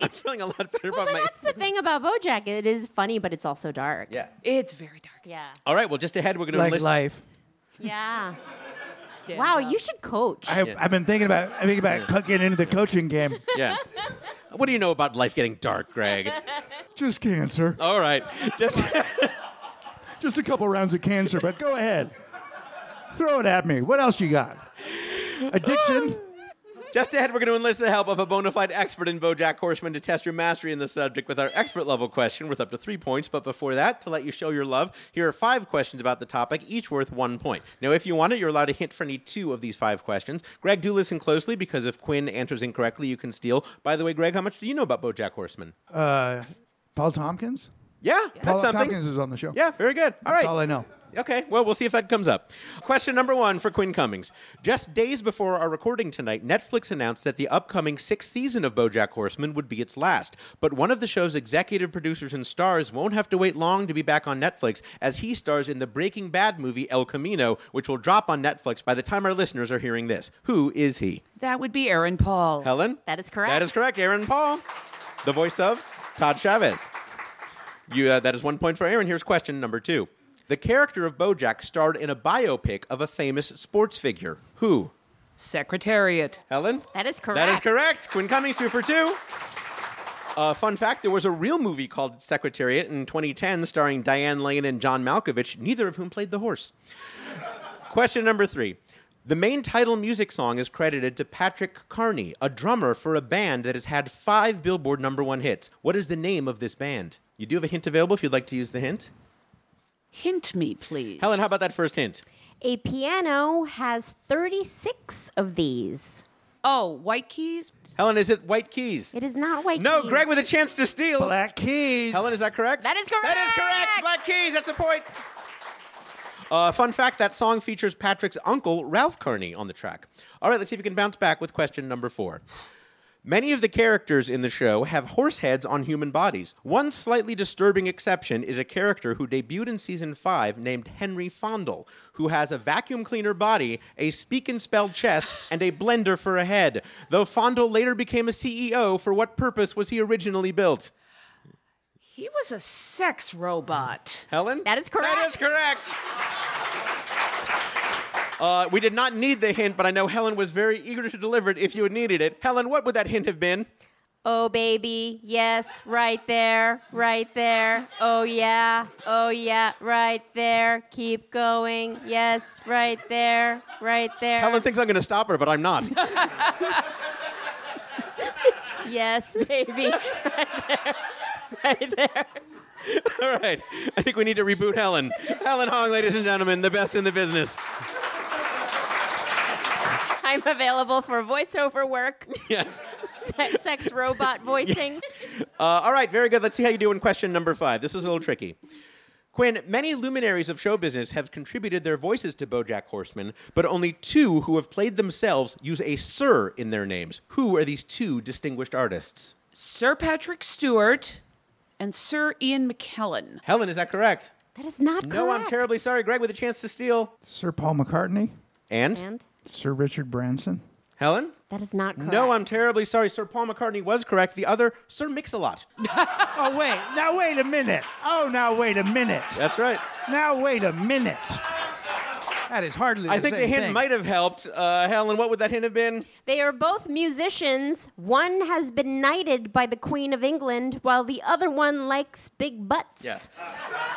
S2: I'm feeling a lot better
S1: Well,
S2: about
S1: but
S2: my.
S1: that's the thing about BoJack. It is funny, but it's also dark.
S2: Yeah.
S3: It's very dark.
S1: Yeah.
S2: All right. Well, just ahead, we're going to
S4: like
S2: list.
S4: life.
S1: Yeah. (laughs)
S3: Stand
S1: Wow,
S3: up.
S1: you should coach.
S4: I, I've been thinking about I think about getting into the coaching game.
S2: Yeah. What do you know about life getting dark, Greg?
S4: Just cancer.
S2: All right. Just.
S4: Just a couple rounds of cancer, but go ahead. Throw it at me. What else you got? Addiction.
S2: Just ahead, we're going to enlist the help of a bona fide expert in Bojack Horseman to test your mastery in the subject with our expert level question worth up to three points. But before that, to let you show your love, here are five questions about the topic, each worth one point. Now, if you want it, you're allowed to hint for any two of these five questions. Greg, do listen closely because if Quinn answers incorrectly, you can steal. By the way, Greg, how much do you know about Bojack Horseman?
S4: Uh, Paul Tompkins.
S2: yeah, that's
S4: Paul
S2: something.
S4: Tompkins is on the show.
S2: Yeah, very good. All
S4: That's
S2: right.
S4: all I know.
S2: Okay, well, we'll see if that comes up. Question number one for Quinn Cummings. Just days before our recording tonight, Netflix announced that the upcoming sixth season of Bojack Horseman would be its last. But one of the show's executive producers and stars won't have to wait long to be back on Netflix, as he stars in the Breaking Bad movie El Camino, which will drop on Netflix by the time our listeners are hearing this. Who is he?
S3: That would be Aaron Paul.
S2: Helen?
S1: That is correct.
S2: That is correct. Aaron Paul, the voice of Todd Chavez. You, uh, that is one point for Aaron. Here's question number two. The character of Bojack starred in a biopic of a famous sports figure. Who?
S3: Secretariat.
S2: Helen?
S1: That is
S2: That is
S1: correct.
S2: correct. Quinn Cummings, two for two. Uh, fun fact there was a real movie called Secretariat in 2010 starring Diane Lane and John Malkovich, neither of whom played the horse. Question number three. The main title music song is credited to Patrick Carney, a drummer for a band that has had five Billboard number one hits. What is the name of this band? You do have a hint available if you'd like to use the hint.
S3: Hint me, please.
S2: Helen, how about that first hint?
S1: A piano has 36 of these.
S3: Oh, White Keys?
S2: Helen, is it White Keys?
S1: It is not white.
S2: no,
S1: keys.
S2: Greg with a chance to steal.
S4: Black Keys.
S2: Helen, is that correct?
S1: That is correct.
S2: That is correct. Black Keys. That's a point. Uh, fun fact: that song features Patrick's uncle Ralph Kearney on the track. All right, let's see if we can bounce back with question number four. Many of the characters in the show have horse heads on human bodies. One slightly disturbing exception is a character who debuted in season 5 named Henry Fondle, who has a vacuum cleaner body, a speak and spell chest, and a blender for a head. Though Fondle later became a CEO, for what purpose was he originally built?
S3: He was a sex robot.
S2: Helen?
S1: That is
S2: That is correct. Uh, we did not need the hint, but I know Helen was very eager to deliver it if you had needed it. Helen, what would that hint have been?
S1: Oh, baby. Yes, right there. Right there. Oh, yeah. Oh, yeah. Right there. Keep going. Yes, right there. Right there.
S2: Helen thinks I'm going to stop her, but I'm
S1: (laughs)
S2: not. (laughs)
S1: Yes, baby. (laughs)
S2: All right. I think we need to reboot Helen. Helen Hong, ladies and gentlemen, the best in the business.
S1: I'm available for voiceover work,
S2: Yes.
S1: se- (laughs) sex robot voicing.
S2: Uh, all right, very good. Let's see how you do in question number five. This is a little tricky. Quinn, many luminaries of show business have contributed their voices to Bojack Horseman, but only two who have played themselves use a sir in their names. Who are these two distinguished artists?
S3: Sir Patrick Stewart and Sir Ian McKellen.
S2: Helen, is that correct?
S1: That is not
S2: No, I'm
S1: correct.
S2: terribly sorry. Greg with a chance to steal.
S4: Sir Paul McCartney.
S2: And?
S1: And
S4: Sir Richard Branson?
S2: Helen?
S1: That is not correct.
S2: No, I'm terribly sorry. Sir Paul McCartney was correct. The other, Sir Mix-a-Lot.
S4: Oh, wait. Now, wait a minute. Oh, now, wait a minute.
S1: (laughs)
S2: That's right.
S4: Now, wait a minute. That is hardly the
S2: I think the
S4: same
S2: hint
S4: thing.
S2: might have helped. Uh, Helen, what would that hint have been?
S1: They are both musicians. One has been knighted by the Queen of England, while the other one likes big butts.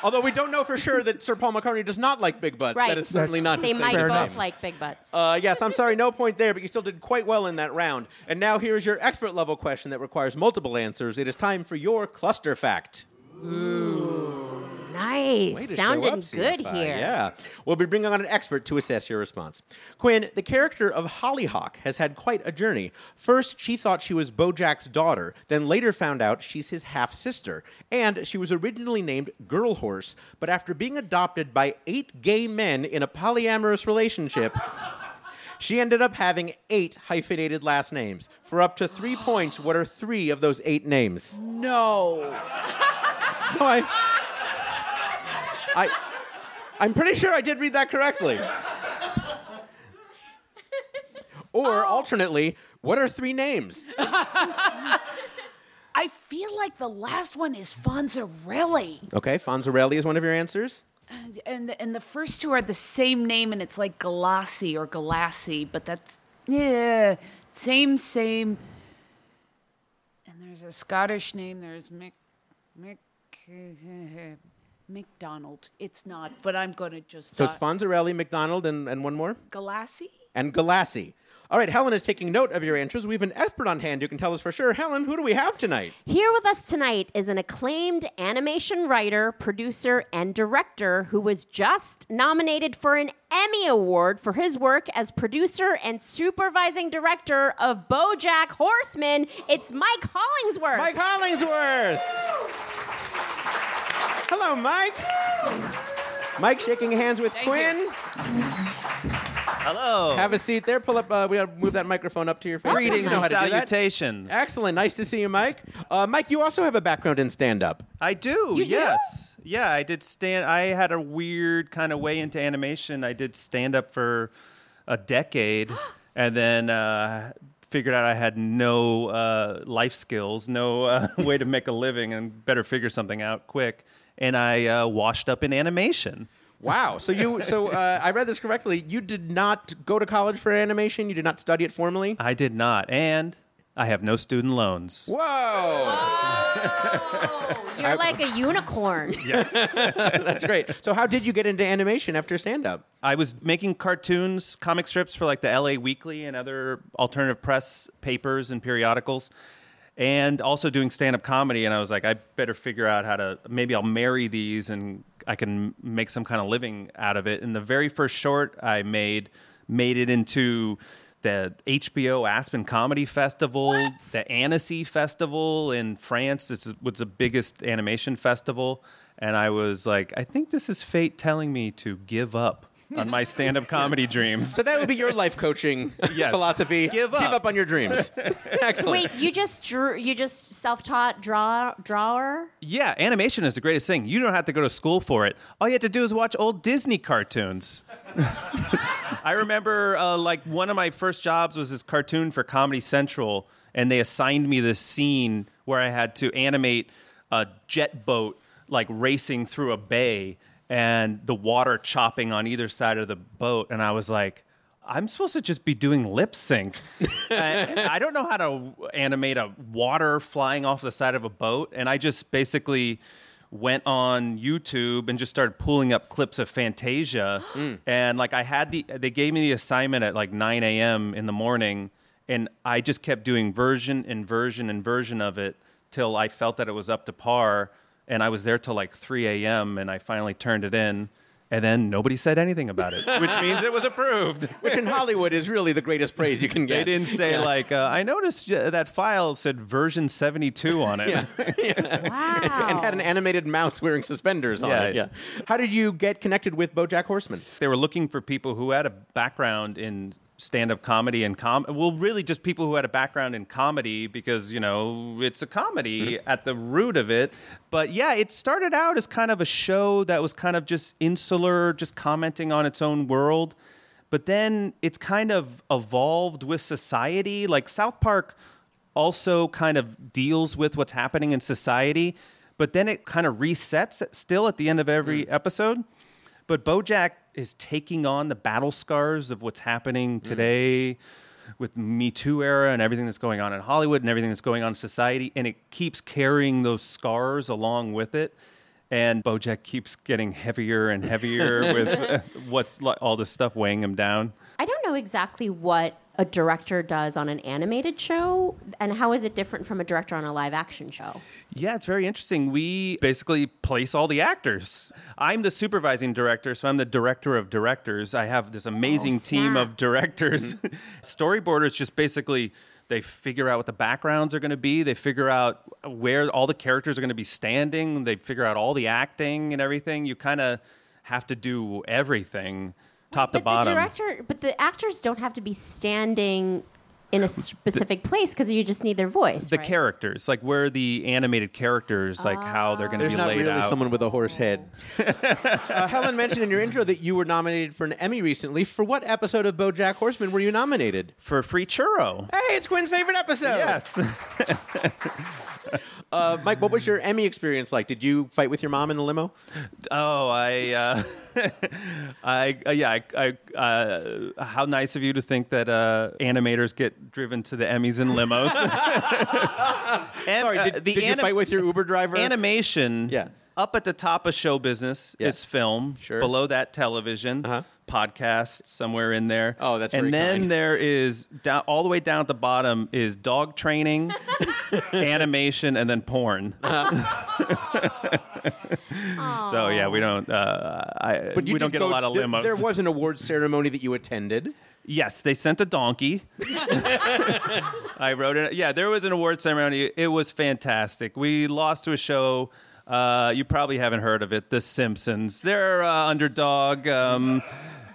S2: Although we don't know for sure that Sir Paul McCartney does not like big butts.
S1: Right.
S2: That is certainly
S4: That's-
S2: not his
S1: They
S2: thing.
S1: might
S4: Fair
S1: both
S4: enough.
S1: like big butts.
S2: Uh, yes, I'm sorry, no point there, but you still did quite well in that round. And now here's your expert level question that requires multiple answers. It is time for your cluster fact. Way
S1: nice.
S2: to
S1: Sounded
S2: show up,
S1: good
S2: CFI.
S1: here.
S2: Yeah. We'll be bringing on an expert to assess your response. Quinn, the character of Hollyhock has had quite a journey. First, she thought she was Bojack's daughter, then later found out she's his half sister. And she was originally named Girl Horse, but after being adopted by eight gay men in a
S1: (laughs)
S2: polyamorous relationship, she ended up having eight hyphenated last names. For up to three points, what are three of those eight names?
S3: No.
S2: No, I, I, I'm pretty sure I did read that correctly. Or alternately, what are three names?
S3: I feel like the last one is Fonzarelli.
S2: Okay, Fonzarelli is one of your answers.
S3: And the, and the first two are the same name, and it's like Galassi or Galassi, but that's yeah, same same. And there's a Scottish name. There's Mick Mick (laughs) McDonald. It's not, but I'm gonna just
S2: So it's
S3: uh,
S2: Fonzarelli, McDonald, and, and one more,
S3: Galassi.
S2: and Galassi. All right, Helen is taking note of your answers. We have an expert on hand who can tell us for sure. Helen, who do we have tonight?
S1: Here with us tonight is an acclaimed animation writer, producer, and director who was just nominated for an Emmy Award for his work as producer and supervising director of BoJack Horseman. It's Mike Hollingsworth.
S2: Mike Hollingsworth. Hello, Mike. Mike shaking hands with
S3: Thank
S2: Quinn.
S3: you.
S7: Hello.
S2: Have a seat there. Pull up. Uh, we gotta move that microphone up to your face. You
S7: Greetings
S2: know
S7: and
S2: how to do that.
S7: salutations.
S2: Excellent. Nice to see you, Mike. Uh, Mike, you also have a background in stand-up.
S7: I do. yes. Yeah, I did stand. I had a weird kind of way into animation. I did stand up for
S2: (gasps)
S7: a decade, and then uh, figured out I had no uh, life skills, no uh, (laughs) way to make a living, and better figure something out quick. And I uh, washed up in animation.
S2: Wow. So you. So uh, I read this correctly. You did not go to college for animation. You did not study it formally.
S7: I did not, and I have no student loans.
S2: Whoa.
S1: You're like a
S2: (laughs)
S1: unicorn.
S2: That's great. So how did you get into animation after stand-up?
S7: I was making cartoons, comic strips for like the LA Weekly and other alternative press papers and periodicals, and also doing stand up comedy. And I was like, I better figure out how to maybe I'll marry these and I can make some kind of living out of it. And the very first short I made made it into the HBO Aspen Comedy Festival, the Annecy Festival in France. It's was the biggest animation festival. And I was like, I think this is fate telling me to give up on my stand-up comedy dreams.
S2: So that would be your life coaching
S7: (laughs) Yes.
S2: philosophy.
S7: Give up.
S2: Give up on your
S7: (laughs)
S2: dreams. Excellent.
S1: Wait, you just drew you just self-taught draw
S2: (laughs)
S1: drawer?
S7: Yeah, animation is the greatest thing. You don't have to go to school for it. All you have to do is watch old Disney cartoons. (laughs) I remember uh, like one of my first jobs was this cartoon for Comedy Central, and they assigned me this scene where I had to animate a jet boat like racing through a bay and the water chopping on either side of the boat, and I was like. I'm supposed to just be doing lip sync. And I don't know how to animate a water flying off the side of a boat, and I just basically went on YouTube and just started pulling up clips of Fantasia. And like I had the, they gave me the assignment at like 9 a.m. in the morning, and I just kept doing version and version and version of it till I felt that it was up to par. And I was there till like 3 a.m. and I finally turned it in. And then nobody said anything about it, which means it was approved.
S2: Which in Hollywood is really the greatest praise you can get.
S7: They didn't say like uh, I noticed uh, that file said version 72 on it.
S1: Wow.
S2: and had an animated mouse wearing suspenders on
S7: Yeah.
S2: it. Yeah. How did you get connected with BoJack Horseman?
S7: They were looking for people who had a background in stand-up comedy and com well really just people who had a background in comedy because you know it's a comedy at the root of it but yeah it started out as kind of a show that was kind of just insular just commenting on its own world But then it's kind of evolved with society. Like South Park also kind of deals with what's happening in society, but then it kind of resets still at the end of every episode. But Bojack is taking on the battle scars of what's happening today with Me Too era and everything that's going on in Hollywood and everything that's going on in society. And it keeps carrying those scars along with it. And Bojack keeps getting heavier and heavier with uh, what's like all this stuff weighing him down.
S1: I don't know exactly what a director does on an animated show and how is it different from a director on a live action show.
S7: Yeah, it's very interesting. We basically place all the actors. I'm the supervising director, so I'm the director of directors. I have this amazing
S1: Oh,
S7: team
S1: snap. (laughs)
S7: of directors. (laughs) Storyboarders just basically they figure out what the backgrounds are going to be. They figure out where all the characters are going to be standing. They figure out all the acting and everything. You kind of have to do everything, top to
S1: but
S7: bottom.
S1: the director, but the actors don't have to be standing in a specific place because you just need their voice.
S7: the
S1: right?
S7: characters, like where the animated characters, like how they're going to
S1: Ah.
S2: There's
S7: be
S2: not
S7: laid
S2: really
S7: out.
S2: someone with a horse head. (laughs) uh, Helen mentioned in your intro that you were nominated for an Emmy recently. For what episode of BoJack Horseman were you nominated?
S7: for
S1: (laughs)
S7: free churro.
S2: Hey, it's Quinn's favorite episode.
S7: Yes.
S2: Uh, Mike, what was your Emmy experience like? Did you fight with your mom in the
S7: (laughs)
S2: limo?
S7: Oh, I, uh, (laughs) I, uh, yeah, I, I, uh, how nice of you to think that uh, animators get driven to the Emmys in limos. (laughs) Em-
S2: Sorry, did,
S7: uh, the
S2: did you
S7: anim-
S2: fight with your Uber driver?
S7: animation?
S2: Yeah.
S7: Up at the top of show business
S2: Yeah.
S7: is film.
S2: Sure.
S7: Below that, television,
S2: Uh-huh.
S7: podcasts, somewhere in there.
S2: Oh, that's very
S7: and then
S2: kind.
S7: there is down all the way down at the bottom is
S2: (laughs)
S7: dog training, animation, and then porn.
S2: Uh-huh.
S7: (laughs) So yeah, we don't. Uh, I,
S2: But you
S7: we don't
S2: did
S7: get
S2: go-
S7: a lot of
S2: there-
S7: limos.
S2: There, was an awards ceremony that you attended.
S7: yes, they sent a donkey. I wrote it. Yeah, there was an award ceremony. It was fantastic. We lost to a show. Uh, you probably haven't heard of it, The Simpsons. They're uh, underdog, um,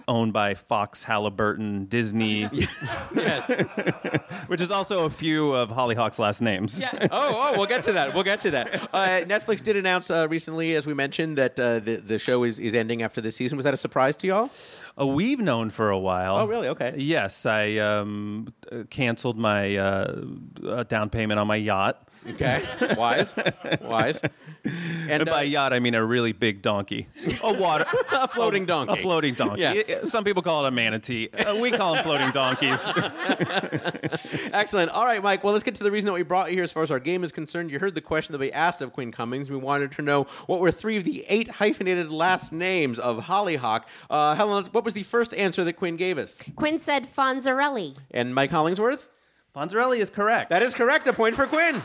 S7: owned by Fox, Halliburton, Disney, (laughs) which is also a few of Hollyhock's last names.
S2: (laughs) oh, oh, we'll get to that. We'll get to that. Uh, Netflix did announce uh, recently, as we mentioned, that uh, the the show is, is ending after this season. Was that a surprise to y'all?
S7: Uh, we've known for a while.
S2: Oh, really? Okay.
S7: Yes, I um, uh, canceled my uh, uh, down payment on my yacht.
S2: (laughs) Okay, wise, wise, and,
S7: And by
S2: uh,
S7: yacht, I mean a really big donkey,
S2: a water, a floating donkey,
S7: (laughs) a floating donkey.
S2: Yes.
S7: Yeah, Some people call it a manatee. Uh, we call them floating (laughs) donkeys.
S2: Excellent. All right, Mike. Well, let's get to the reason that we brought you here as far as our game is concerned. You heard the question that we asked of Queen Cummings. We wanted to know what were three of the eight hyphenated last names of Hollyhock. Uh, Helen, what was the first answer that Quinn gave us?
S1: Quinn said Fonzarelli.
S2: And Mike Hollingsworth?
S7: Ponzarelli is correct.
S2: That is correct. A point for Quinn.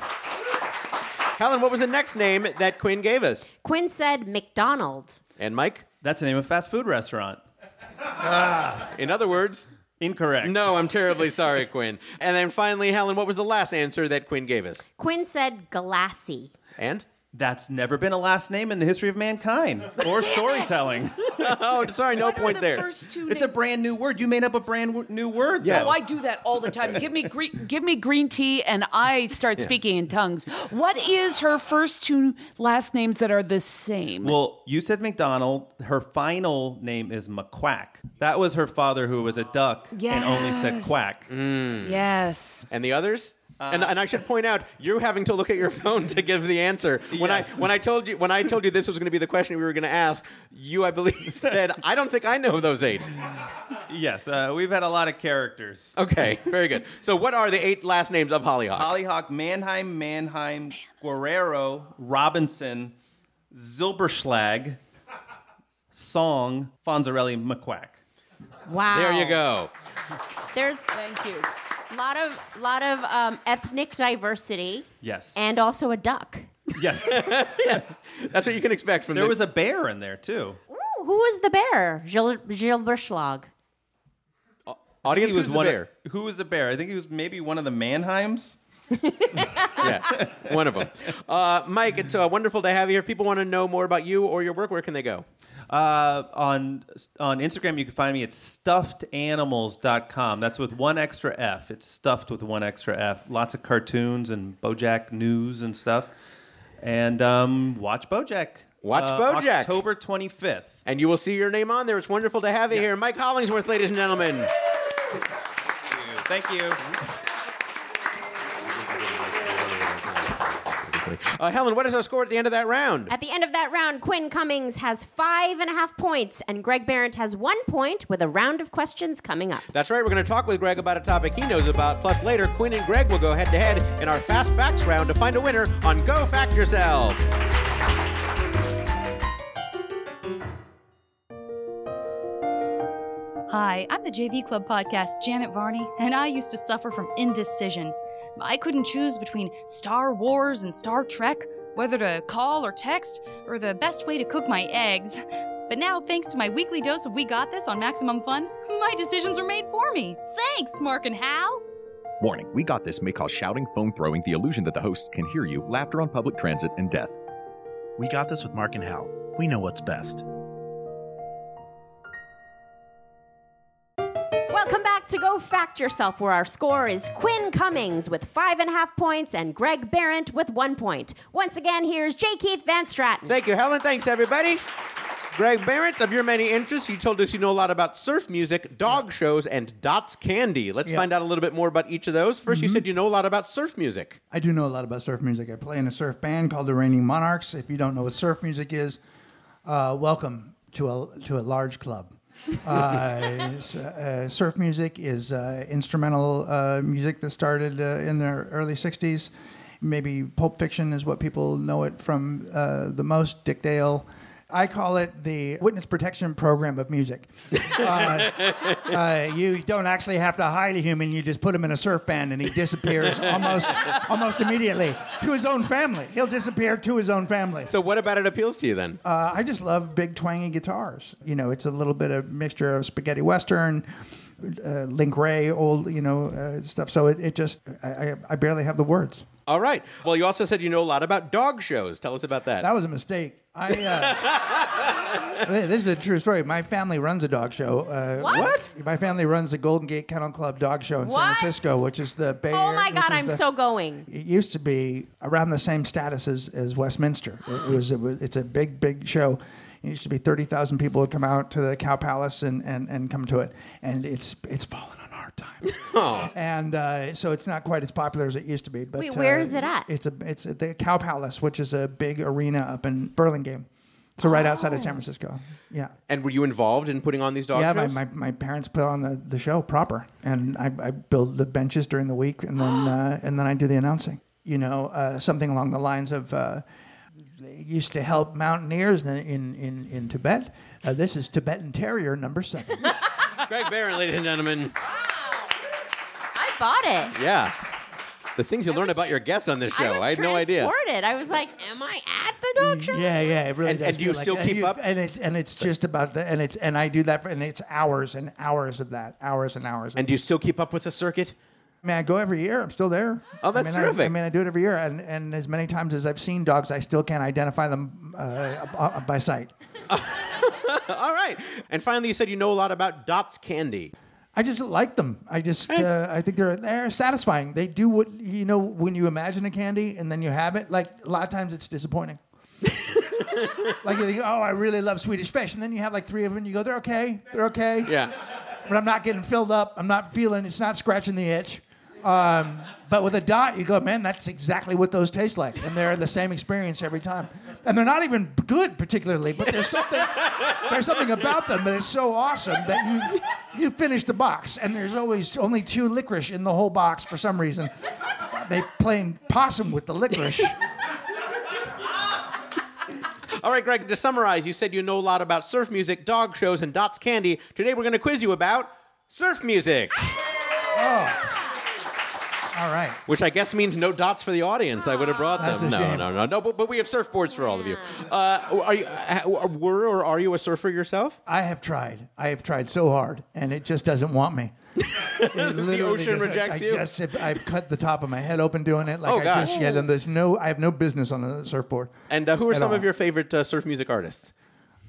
S2: Helen, what was the next name that Quinn gave us?
S1: Quinn said McDonald.
S2: And Mike?
S7: That's the name of a fast food restaurant.
S2: In other words,
S7: Incorrect.
S2: no, I'm terribly sorry, Quinn. And then finally, Helen, what was the last answer that Quinn gave us?
S1: Quinn said Galassi.
S2: And?
S7: That's never been a last name in the history of mankind (laughs) or storytelling.
S2: Oh, sorry, no point
S3: the
S2: there.
S3: First two
S7: It's a
S3: names?
S7: brand new word. You made up a brand w- new word.
S2: Yeah.
S7: though.
S3: Oh, I do that all the time. Give me green, give me green tea, and I start speaking in tongues. What is her first two last names that are the same?
S7: Well, you said McDonald. Her final name is McQuack. That was her father, who was a duck and only said
S3: Yes.
S7: quack.
S3: Hmm. yes,
S2: And the others? and, and I should point out, you're having to look at your phone to give the answer. When
S7: Yes.
S2: I when I told you when I told you this was going to be the question we were going to ask, you I believe (laughs) said, "I don't think I know those eight.
S7: Yes, uh, we've had a lot of characters.
S2: Okay, very good. So, what are the eight last names of Hollyhock?
S7: Hollyhock, Mannheim, Mannheim, Guerrero, Robinson, Zilberschlag, Song, Fonzarelli, McQuack.
S1: Wow.
S2: there you go.
S1: There's
S3: thank you.
S1: a lot of lot of um, ethnic diversity
S7: Yes.
S1: and also a duck.
S7: (laughs) yes.
S2: Yes, that's what you can expect from
S7: There
S2: this.
S7: was a bear in there too.
S1: Ooh, who was the bear? Gil- Gilberschlag.
S2: audience. Who's the
S7: one
S2: bear?
S7: Of, who was the bear? I think he was maybe one of the Mannheims.
S2: yeah, one of them. (laughs) Uh, Mike, it's uh, wonderful to have you here. If people want to know more about you or your work, where can they go?
S7: Uh, on on Instagram, you can find me at stuffedanimals.com. That's with one extra F. It's stuffed with one extra F. Lots of cartoons and BoJack news and stuff. And um, watch BoJack
S2: Watch
S7: uh,
S2: BoJack,
S7: October 25th.
S2: and you will see your name on there. It's wonderful to have you here, Mike Hollingsworth, ladies and gentlemen.
S7: Thank you.
S2: Uh, Helen, what is our score at the end of that round?
S1: At the end of that round, Quinn Cummings has five and a half points, and Greg Barrett has one point with a round of questions coming up.
S2: That's right. We're going to talk with Greg about a topic he knows about. Plus, later, Quinn and Greg will go head to head in our Fast Facts round to find a winner on Go Fact Yourself.
S8: Hi, I'm the JV Club podcast, Janet Varney, and I used to suffer from indecision. I couldn't choose between Star Wars and Star Trek, whether to call or text, or the best way to cook my eggs. But now, thanks to my weekly dose of We Got This on Maximum Fun, my decisions are made for me. Thanks, Mark and Hal!
S9: Warning, we got this may cause shouting, phone throwing, the illusion that the hosts can hear you, laughter on public transit, and death.
S10: We got this with Mark and Hal. We know what's best.
S1: Welcome back to Go Fact Yourself, where our score is Quinn Cummings with five and a half points and Greg Barrett with one point. Once again, here's J. Keith Van Stratton.
S2: Thank you, Helen. Thanks, everybody. Greg Barrett, of your many interests, you told us you know a lot about surf music, dog shows, and Dots Candy. Let's find out a little bit more about each of those. 1st
S4: Mm-hmm.
S2: you said you know a lot about surf music.
S4: I do know a lot about surf music. I play in a surf band called the Reigning Monarchs. If you don't know what surf music is, uh, welcome to a to a large club. uh, (laughs) s- uh, surf music is uh, instrumental uh, music that started uh, in the early '60s. Maybe Pulp Fiction is what people know it from uh, the most. Dick Dale. I call it the witness protection program of music. Uh, you don't actually have to hide a human. You just put him in a surf band, and
S1: (laughs)
S4: he disappears almost, almost immediately to his own family. He'll disappear to his own family.
S2: So, what about it appeals to you then?
S4: Uh, I just love big twangy guitars. You know, it's a little bit of mixture of spaghetti western, uh, Link Ray, old you know uh, stuff. So it, it just I, I, I barely have the words.
S2: All right. Well, you also said you know a lot about dog shows. Tell us about that.
S4: That was a mistake. I uh,
S1: (laughs)
S4: this is a true story. My family runs a dog show. Uh,
S1: What? What?
S4: My family runs the Golden Gate Kennel Club dog show in
S1: What?
S4: San Francisco, which is the Bay.
S1: oh
S4: Area-
S1: my God,
S4: which is
S1: I'm
S4: the-
S1: so going.
S4: it used to be around the same status as, as Westminster. It was, it was it's a big big show. It used to be thirty thousand people would come out to the Cow Palace and, and, and come to it, and it's it's fallen on hard times. And uh, so it's not quite as popular as it used to be. But
S1: Wait, where
S4: uh,
S1: is it at?
S4: It's a it's at the Cow Palace, which is a big arena up in Burlingame. So right outside
S1: Oh.
S4: of San Francisco. Yeah.
S2: and were you involved in putting on these dog
S4: Yeah, my,
S2: shows?
S4: my, my parents put on the, the show proper, and I, I build the benches during the week, and
S2: (gasps)
S4: then uh, and then I do the announcing. You know, uh, something along the lines of uh, they used to help mountaineers in in in, in Tibet. Uh, this is Tibetan Terrier number seven.
S2: (laughs) Greg Barron, ladies and gentlemen.
S1: I bought it.
S2: Yeah. The things you learn
S1: was-
S2: about your guests on this show.
S1: I, was
S2: I had no idea.
S1: transported. I was like, am I at the dog show?
S4: (laughs) Yeah, yeah, it really
S2: And-
S4: does.
S2: and do you
S4: feel like
S2: still
S4: that.
S2: keep up?
S4: And it's and it's just about the and it's and I do that for and it's hours and hours of that, hours and hours.
S2: And do you still keep up with the circuit? (laughs)
S4: I mean, I go every year. I'm still there.
S2: Oh, that's
S4: I mean,
S2: terrific.
S4: I, I mean, I do it every year, and, and as many times as I've seen dogs, I still can't identify them uh, uh, by sight.
S2: All right. And finally, you said you know a lot about Dots Candy.
S4: I just like them. I just uh, I think they're they're satisfying. They do what you know when you imagine a candy and then you have it. Like a lot of times, it's disappointing. like you think, oh, I really love Swedish fish, and then you have like three of them, and you go, they're okay, they're okay.
S2: Yeah.
S4: but I'm not getting filled up. I'm not feeling. It's not scratching the itch. Um, but with a dot, you go, man, that's exactly what those taste like, and they're the same experience every time. And they're not even good particularly, but there's something there's something about them that is so awesome that you you finish the box, and there's always only two licorice in the whole box for some reason. They playing possum with the licorice.
S2: All right, Greg, to summarize, you said you know a lot about surf music, dog shows, and Dots Candy. Today, we're going to quiz you about surf music,
S4: Oh. All right.
S2: which I guess means no dots for the audience. I would have brought
S4: That's
S2: them. no,
S4: a shame.
S2: no, no, no. But, but we have surfboards for all of you. Uh, are you uh, were or are you a surfer yourself?
S4: I have tried. I have tried so hard, and it just doesn't want me.
S2: (laughs)
S4: the
S2: ocean rejects
S4: I,
S2: you?
S4: I just, have- I've cut the top of my head open doing it. Like
S2: Oh,
S4: I
S2: gosh.
S4: just, yeah, then there's no, I have no business on a surfboard.
S2: And uh, who are
S4: At
S2: some of
S4: all.
S2: your favorite uh, surf music artists?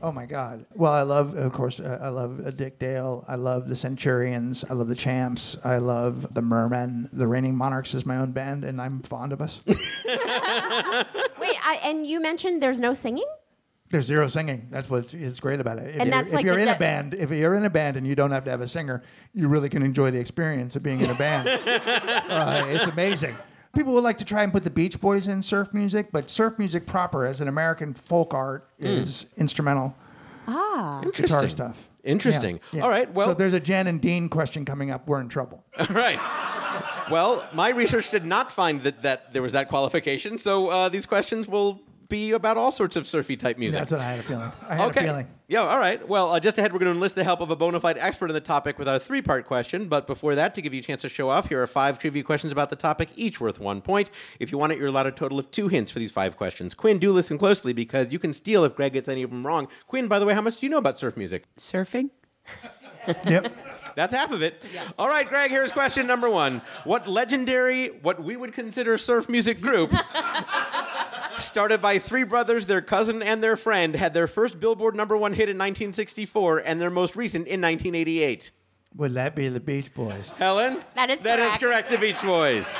S4: Oh my God. Well, I love, of course, uh, I love uh, Dick Dale. I love the Centurions. I love the Champs. I love the Mermen. The Reigning Monarchs is my own band,
S1: (laughs)
S4: and I'm fond of us.
S1: Wait, I, and you mentioned there's no singing?
S4: There's zero singing. That's what's it's great about it. If
S1: And
S4: you're,
S1: that's
S4: if
S1: like
S4: you're
S1: the
S4: in
S1: de-
S4: a band, if you're in a band and you don't have to have a singer, you really can enjoy the experience of being in
S1: (laughs)
S4: a band. Uh, it's amazing. People would like to try and put the Beach Boys in surf music, but surf music proper as an American folk art
S1: Hmm.
S4: is instrumental
S1: Ah.
S4: guitar stuff.
S2: Interesting.
S4: Yeah, yeah.
S2: All right. Well,
S4: so if there's a Jan and Dean question coming up. We're in trouble.
S2: all (laughs) right. Well, my research did not find that, that there was that qualification, so uh, these questions will be about all sorts of surfy type music.
S4: That's what I had a feeling. I had
S2: okay.
S4: a feeling.
S2: Yeah, all right. Well, uh, just ahead, we're going to enlist the help of a bona fide expert in the topic with our three part question. But before that, to give you a chance to show off, here are five trivia questions about the topic, each worth one point. If you want it, you're allowed a total of two hints for these five questions. Quinn, do listen closely because you can steal if Greg gets any of them wrong. Quinn, by the way, how much do you know about surf music?
S3: Surfing?
S4: Yep.
S2: That's half of it. All right, Greg, here's question number one. What legendary, what we would consider surf
S1: (laughs)
S2: music group, started by three brothers, their cousin, and their friend, had their first Billboard number one hit in 1964 and their most recent in 1988?
S4: Would that be the Beach Boys?
S2: Helen?
S1: That is
S2: That is
S1: correct.
S2: correct, the Beach Boys.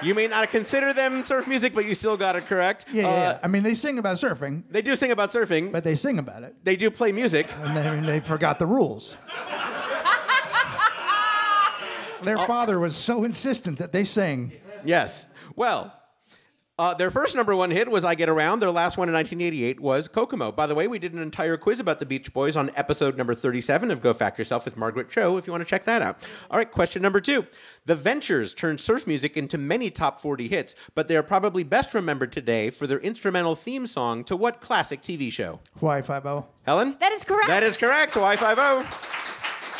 S2: You may not consider them surf music, but you still got it correct.
S4: Yeah, yeah,
S2: Uh,
S4: yeah. I mean, they sing about surfing,
S2: They do sing about surfing,
S4: but they sing about it,
S2: they do play music.
S4: and they, and they forgot the rules. Their
S2: Oh.
S4: father was so insistent that they sing.
S2: Yes. Well, uh, their first number one hit was I Get Around. Their last one in 1988 was Kokomo. By the way, we did an entire quiz about the Beach Boys on episode number 37 of Go Fact Yourself with Margaret Cho if you want to check that out. All right, question number two. The Ventures turned surf music into many top 40 hits, but they are probably best remembered today for their instrumental theme song to what classic TV show?
S4: Hawaii Five O.
S2: Helen?
S1: That is correct.
S2: That is correct. Hawaii Five O.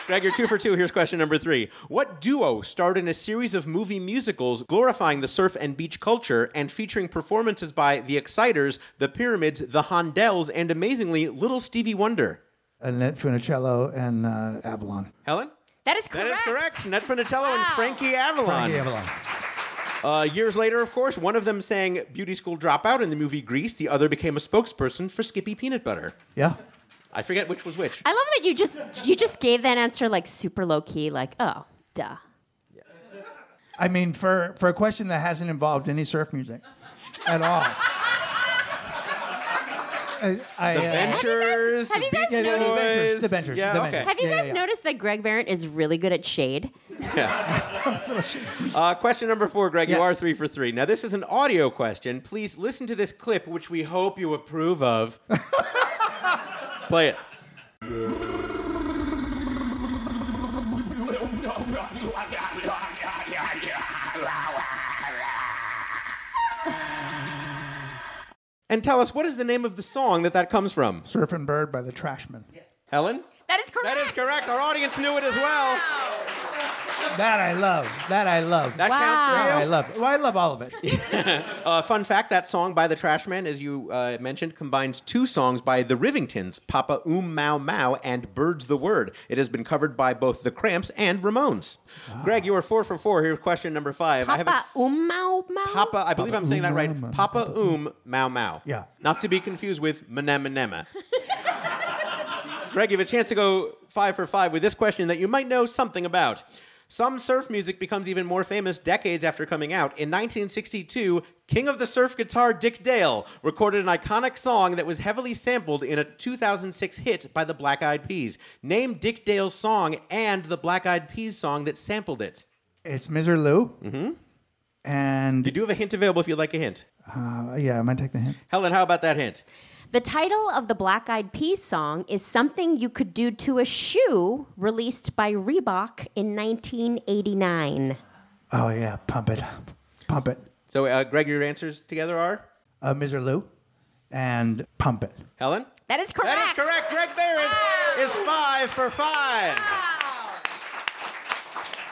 S2: Greg, you're two for two. Here's question number three. What duo starred in a series of movie musicals glorifying the surf and beach culture and featuring performances by The Exciters, The Pyramids, The Hondells, and amazingly, Little Stevie Wonder?
S4: Annette Funicello and uh, Avalon.
S2: Helen?
S1: That is
S2: That
S1: correct.
S2: is correct. Ned Funicello and
S1: Wow.
S2: Frankie Avalon.
S4: Frankie Avalon.
S2: Uh, years later, of course, one of them sang Beauty School Dropout in the movie Grease. The other became a spokesperson for Skippy Peanut Butter.
S4: Yeah.
S2: I forget which was which.
S1: I love that you just you just gave that answer like super low key, like oh duh.
S4: I mean, for, for a question that hasn't involved any surf music at all. I, I,
S2: The
S4: uh,
S2: Ventures.
S1: have you guys- have you guys
S2: the Beach
S4: yeah, the
S1: noticed-
S2: Boys.
S4: Ventures. The Ventures.
S2: Yeah,
S4: the
S2: okay.
S4: Ventures.
S1: Have you
S4: Yeah,
S1: guys
S4: yeah, yeah.
S1: noticed that Greg Barrett is really good at shade?
S2: Uh, question number four, Greg. You
S4: Yeah.
S2: are three for three. Now, this is an audio question. Please listen to this clip, which we hope you
S1: (laughs)
S2: approve of. Play it. And tell us what is the name of the song that that comes from?
S4: Surf and Bird by the Trashmen.
S2: Helen?
S1: That is correct.
S2: That is correct. Our audience knew it as well.
S4: That I love. That I love.
S2: That counts for you.
S4: Oh, I love. Well, I love all of it.
S2: Uh, fun fact that song by the Trashmen, as you uh, mentioned, combines two songs by the Rivingtons, Papa Oom Mau Mau and Birds the Word. It has been covered by both the Cramps and Ramones. Greg, you are four for four. Here's question number five. I have a
S1: Papa umau mau.
S2: Papa, I believe I'm saying that right.
S4: Oom Mau Mau.
S2: Papa Oom Mau Mau.
S4: Yeah.
S2: Not to be confused with Manemanema. Greg, you have a chance to go five for five with this question that you might know something about. Some surf music becomes even more famous decades after coming out. In 1962, King of the Surf guitar Dick Dale recorded an iconic song that was heavily sampled in a 2006 hit by the Black Eyed Peas. Name Dick Dale's song and the Black Eyed Peas song that sampled it.
S4: It's Miser Lou. Mm-hmm. And
S2: You do have a hint available if you'd like a hint.
S4: uh, yeah, I might take the hint.
S2: Helen, how about that hint?
S1: The title of the Black Eyed Peas song is Something You Could Do to a Shoe, released by Reebok in 1989.
S4: Oh yeah, pump it, up. pump it.
S2: So, uh, Greg, your answers together are
S4: Uh, Miser Lou, and pump it.
S2: Helen.
S1: That is correct.
S2: That is correct. Greg Barrett is five for five.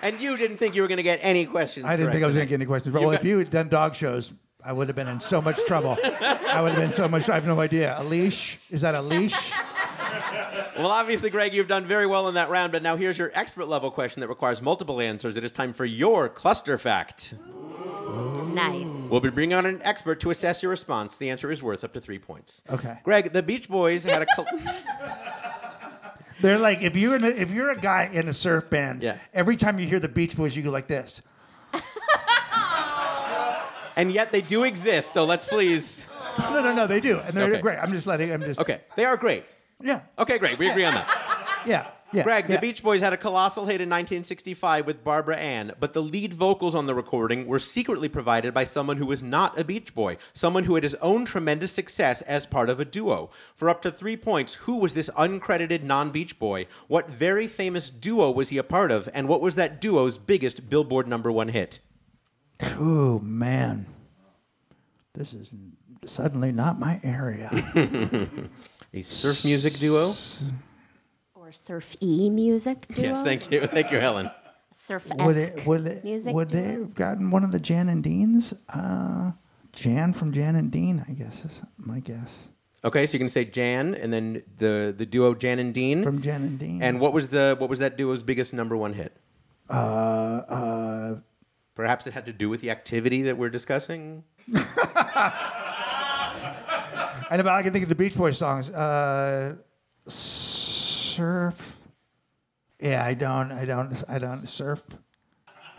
S2: And you didn't think you were going to get any questions.
S4: I didn't
S2: correct
S4: think I was going
S2: tonight.
S4: to get any questions. But well,
S2: got-
S4: if you had done dog shows, I would have been in so much trouble. I would have been so much. I have no idea. A leash? Is that a leash?
S2: Well, obviously, Greg, you've done very well in that round, but now here's your expert level question that requires multiple answers. It is time for your cluster fact.
S1: Nice.
S2: We'll be bringing on an expert to assess your response. The answer is worth up to three points.
S4: Okay.
S2: Greg, the Beach Boys had a. (laughs) col-
S4: They're like if you're in a, if you're a guy in a surf band,
S2: Yeah.
S4: every time you hear the Beach Boys, you go like this.
S2: and yet they do exist. So let's please
S4: No, no, no. They do, and they're
S2: Okay.
S4: great. I'm just letting. I'm just.
S2: Okay, they are great.
S4: Yeah.
S2: Okay, great. We agree on that.
S4: Yeah. Yeah.
S2: (laughs) Greg,
S4: yeah.
S2: the Beach Boys had a colossal hit in 1965 with Barbara Ann, but the lead vocals on the recording were secretly provided by someone who was not a Beach Boy, someone who had his own tremendous success as part of a duo. For up to three points, who was this uncredited non Beach Boy? What very famous duo was he a part of? And what was that duo's biggest Billboard number one hit?
S4: Oh man, this is suddenly not my area.
S2: a surf music duo?
S1: Or surf E music? Duo?
S2: Yes, thank you. Thank you, Helen.
S1: Surf
S4: would they, would they,
S1: music.
S4: would they have gotten one of the Jan and Deans? Uh, Jan from Jan and Dean, I guess is my guess.
S2: Okay, so you can say Jan and then the, the duo Jan and Dean.
S4: From Jan and Dean.
S2: And what was the what was that duo's biggest number one hit?
S4: Uh, uh,
S2: Perhaps it had to do with the activity that we're discussing.
S4: and about I can think of the Beach Boys songs. Uh, surf. Yeah, I don't. I don't. I don't surf.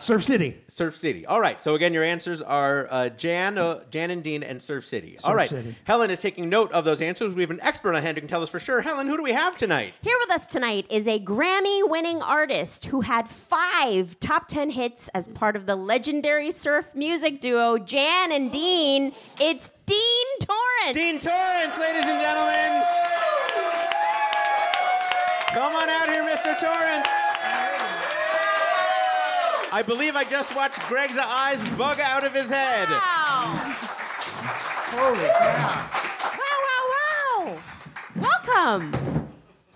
S4: Surf City.
S2: Surf City. All right. So again, your answers are uh, Jan, uh, Jan and Dean, and Surf City. All
S4: Surf
S2: right.
S4: City.
S2: Helen is taking note of those answers. We have an expert on hand who can tell us for sure. Helen, who do we have tonight?
S1: Here with us tonight is a Grammy winning artist who had five top 10 hits as part of the legendary surf music duo Jan and Dean. It's Dean Torrance.
S2: Dean Torrance, ladies and gentlemen. Come on out here, Mr. Torrance. I believe I just watched Greg's eyes bug out of his head.
S1: Wow. Wow, wow, wow. Welcome.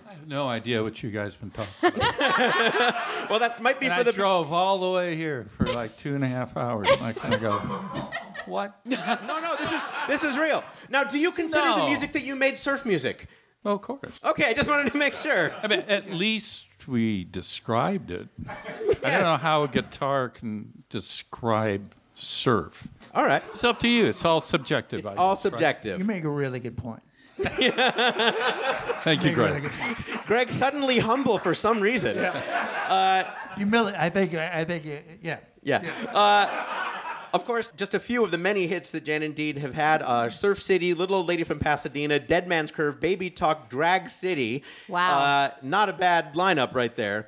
S11: I have no idea what you guys have been talking about.
S2: Well, that might be
S11: And
S2: for
S11: I
S2: the
S11: drove all the way here for like two and a half hours. And I kind of go, (laughs) what?
S2: (laughs) No, no, this is this is real. Now, do you consider the
S11: No.
S2: music that you made surf music?
S11: Well, of course.
S2: Okay, I just wanted to make sure.
S11: I mean, at least we described it. I don't know how a guitar can describe surf.
S2: All right.
S11: It's up to you. It's all subjective. It's
S2: All subjective.
S4: You make a really good point.
S11: Thank you,
S4: Make a really
S11: Greg.
S4: good point.
S2: Greg suddenly humble for some reason. Yeah.
S4: Humili- I think. I I think. Yeah.
S2: Uh, of course, just a few of the many hits that Jan and Dean have had are Surf City, Little Old Lady from Pasadena, Dead Man's Curve, Baby Talk, Drag City.
S1: Wow.
S2: Uh, not a bad lineup right there.